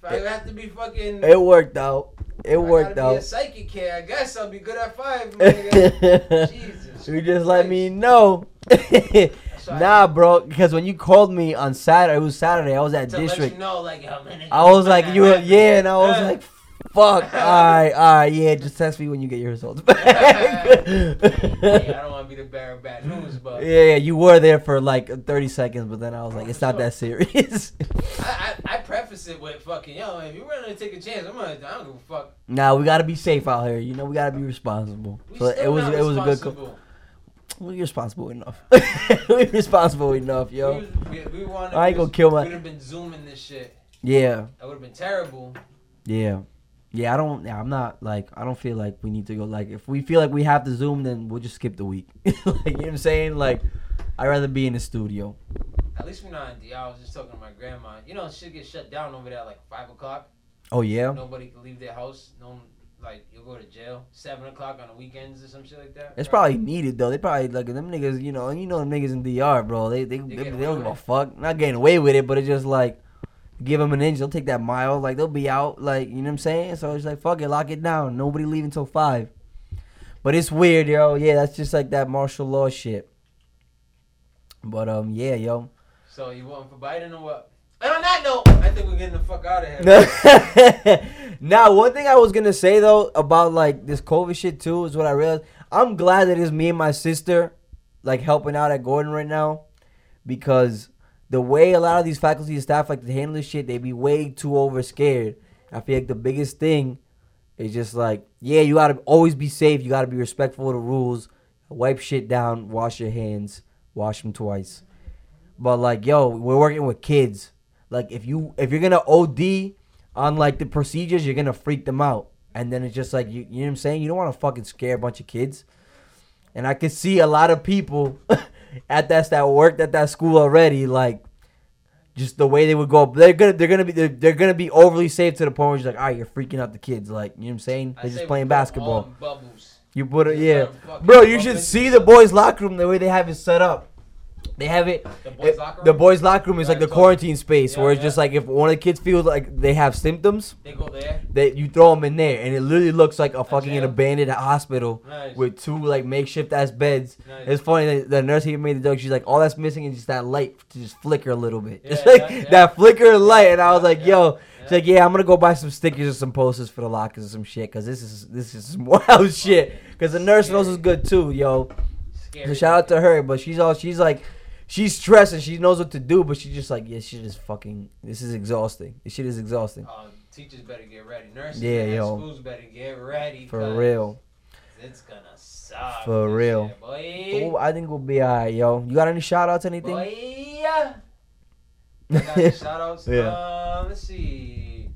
I would have to be fucking. It worked out. It I gotta worked be a out. psychic kid. I guess I'll be good at five. my nigga. Jesus. you just let Christ. me know. That's what I nah, bro, because when you called me on Saturday, it was Saturday. I was at to let district. you know, like, yo, man, I was like, that you were, happened. yeah, and I was Yeah. like, fuck, alright, alright, yeah, just text me when you get your results back. Hey, I yeah, don't want to be the bearer of bad news, but yeah, you were there for like 30 seconds, but then I was like, it's not that serious. I, I, I preface it with fucking, yo, if you're willing to take a chance, I'm gonna, I don't give a fuck. nah, we gotta be safe out here, you know, we gotta be responsible. We So still it was, not it was a good, co- responsible. we responsible enough. we responsible enough, yo. We, was- we, we wanted, I ain't gonna kill my- We'd have been zooming this shit. Yeah, That would have been terrible. yeah. Yeah, I don't. Yeah, I'm not like. I don't feel like we need to go. Like, if we feel like we have to zoom, then we'll just skip the week. like, you know what I'm saying? Like, I'd rather be in the studio. At least we're not in DR. I was just talking to my grandma. You know, shit gets shut down over there at like five o'clock. Oh yeah. Nobody can leave their house. No, one- like you'll go to jail. Seven o'clock on the weekends or some shit like that. It's bro. probably needed though. They probably like them niggas, you know, you know them niggas in DR, bro. They they, they, get they away don't give a with it. fuck. Not getting away with it, but it's just like give them an inch, they'll take that mile. Like they'll be out, like you know what I'm saying. So it's like fuck it, lock it down. Nobody leave until five. But it's weird, yo. Yeah, that's just like that martial law shit. But um, yeah, yo. So you voting for Biden or what? And on that note, I think we're getting the fuck out of here. now, one thing I was gonna say though about like this COVID shit too is what I realized. I'm glad that it's me and my sister like helping out at Gordon right now because the way a lot of these faculty and staff like to handle this shit, they be way too over scared. I feel like the biggest thing is just like, yeah, you gotta always be safe. You gotta be respectful of the rules. Wipe shit down. Wash your hands. Wash them twice. But like, yo, we're working with kids. Like, if you if you're gonna OD on like the procedures, you're gonna freak them out. And then it's just like you, you know what I'm saying. You don't want to fucking scare a bunch of kids. And I could see a lot of people at that that worked at that school already, like just the way they would go. They're gonna they're gonna be they're, they're gonna be overly safe to the point where you're like, all right, you're freaking out the kids. Like you know what I'm saying? I They're say we put just 'em playing all basketball. in Bubbles. You put it, Just yeah. let 'em fucking Bro, you bump should into see each the other. boys' locker room the way they have it set up. They have it. The boys' it- locker the room? boys' locker room is Yeah, like the it's all- quarantine space Yeah, where it's yeah. just like if one of the kids feels like they have symptoms, They go there. that you throw them in there, and it literally looks like a fucking jail. abandoned hospital Nice. with two like makeshift ass beds. nice. It's funny that the nurse even made the joke. She's like, all that's missing is just that light to just flicker a little bit, Yeah, just like yeah, yeah. that flicker of light. And I was Yeah, like, yeah, yo, she's yeah. like, yeah, I'm gonna go buy some stickers and some posters for the lockers and some shit, cause this is this is some wild shit. Cause the nurse knows is good too, yo. Scary. So shout out to her, but she's all she's like, she's stressed and she knows what to do, but she's just like, yeah, shit is fucking. This is exhausting. This shit is exhausting Uh, teachers better get ready. Nurses Yeah, and yo. schools better get ready. for 'cause real. It's gonna suck. For this real. year, boy. Ooh, Oh, I think we'll be alright, yo. You got any shout outs, anything? Boy. I got the shout outs. Yeah. Um, let's see.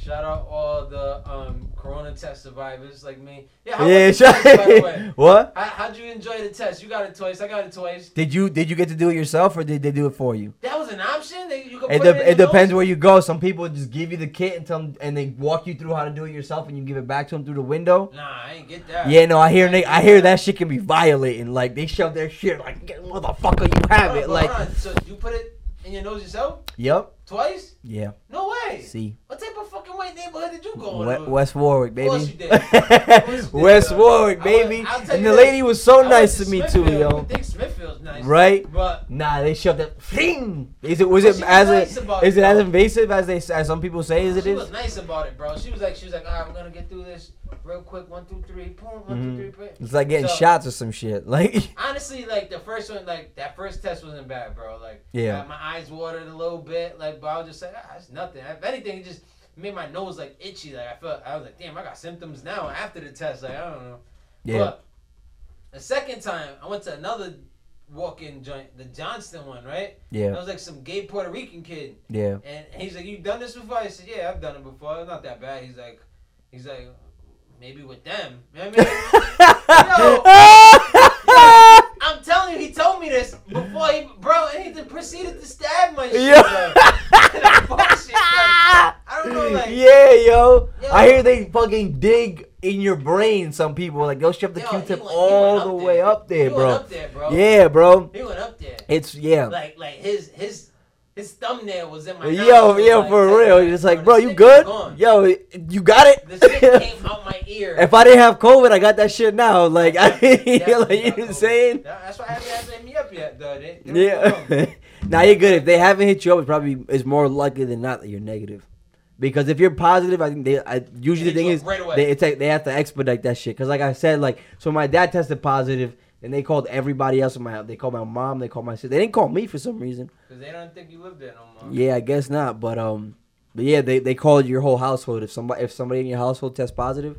Shout out all the um, corona test survivors like me. Yeah, how yeah, was shout the test, by the way? What? How, how'd you enjoy the test? You got it twice. I got it twice. Did you did you get to do it yourself or did they do it for you? That was an option. That you could It, put de- in it the depends notes? where you go. Some people just give you the kit and tell 'em- and they walk you through how to do it yourself, and you give it back to them through the window. Nah, I ain't get that. Yeah, no, I hear I hear that shit can be violating. Like they shove their shit like, "Yeah, motherfucker, you Hold have on, it. but Like, hold on. so you put it in your nose yourself yep, twice? yeah. No way. See, What type of fucking white neighborhood did you go in? we- West Warwick, baby. course you did. Of course you did, West yo. Warwick, I baby. went- I'll tell And you the this, lady was so nice to me too, I yo. think Smithfield's nice, Right? But Nah, they shoved it. Fling! Is it was But it she was as nice a, about is it, it as though. invasive as they as some people say as it she is? was nice about it, bro. She was like, she was like, all right, we're gonna get through this real quick. One, two, three, boom. One, two, Mhm. three, boom. It's like getting So- shots or some shit. Like Honestly, like the first one, like that first test wasn't bad, bro. Like, Yeah. I- my eyes watered a little bit, like, but I was just like, ah, it's nothing. If anything, it just made my nose like itchy. Like I felt, I was like, damn, I got symptoms now after the test. Like I don't know. yeah, But the second time, I went to another walk-in joint, the Johnston one, right? That yeah, was like some gay Puerto Rican kid. yeah. And he's like, "You done this before?" I said, "Yeah, I've done it before. It's not that bad." He's like, "He's like, maybe with them. You know what I mean? Yo, I'm telling you, he told me this before he, bro, and he then proceeded to stab my shit. Yo. bro. That bullshit, bro. I don't know, like, yeah, yo. Yo. I hear they fucking dig in your brain. Some people like they'll shove the Yo, he Q-tip went- he all went the up way there. up there, he bro. went up there, bro. Yeah, bro. he went up there. It's yeah. Like, like his his his thumbnail was in my. Yo, nostril, yo, like, for like, real. It's like, the bro, you stick was good? gone. Yo, you got The shit it. came out my ear. if I didn't have COVID, I got that shit now. Like, I, Definitely like you got know what I'm COVID. saying? That- That's why I haven't haven't hit me up yet, though. They, they don't know. Yeah. now you're good. If they haven't hit you up, it's probably it's more likely than not that you're negative. Because if you're positive, I think they I, usually They the thing do it is right away. they it's like, they have to expedite that shit. Because like I said, like so my dad tested positive, and they called everybody else in my house. They called my mom. They called my sister. They didn't call me for some reason. Cause they don't think you live there no more. Yeah, I guess not. But um, but yeah, they, they called your whole household if somebody if somebody in your household tests positive.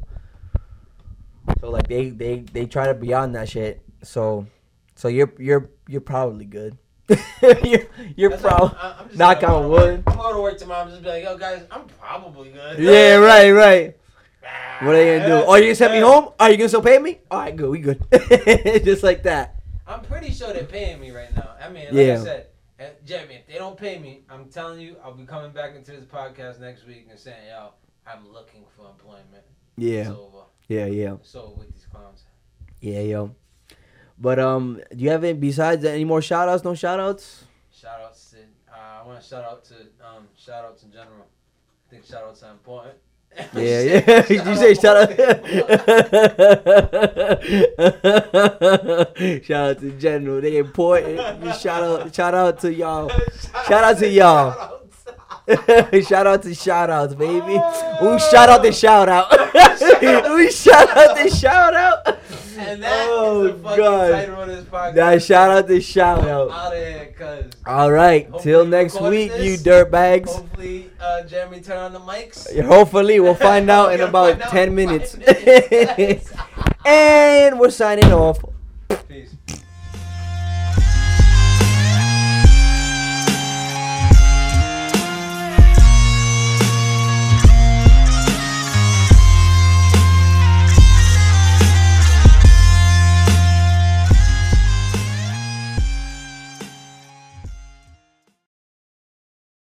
So like they they they try to be on that shit. So so you're you're you're probably good. you're you're That's probably why I'm- I'm just knock gonna go on to wood. work- I'm going to work tomorrow. I'm just be like, yo guys, I'm probably good. Yeah, right, right. What are you gonna do? Oh, you gonna send me home? Are you gonna still pay me? All right, good, we good. Just like that. I'm pretty sure they're paying me right now. I mean, like Yeah. I said, uh, Jeremy, if they don't pay me, I'm telling you, I'll be coming back into this podcast next week and saying, yo, I'm looking for employment. It's Yeah, over. yeah, yeah, It's over with these clowns. yeah, yo. But um, do you have any besides that, any more shout outs? No shout outs? Shout outs to, uh, I want to shout out to, um, shout outs in general. I think shout outs are important. Yeah, yeah. Did you say shout out? shout out to General. They important. You shout out. Shout out to y'all. Shout out to y'all. shout out to shout outs, baby. We shout out the shout out. we shout out the shout out. And that is Oh, the fucking God. title of this podcast. Nah, shout out the shout out. out of here, cuz. All right. Till next week, you dirtbags. Hopefully, uh, Jeremy turn on the mics. Hopefully, we'll find out in We'll about find out 10 in five minutes. minutes. and we're signing off.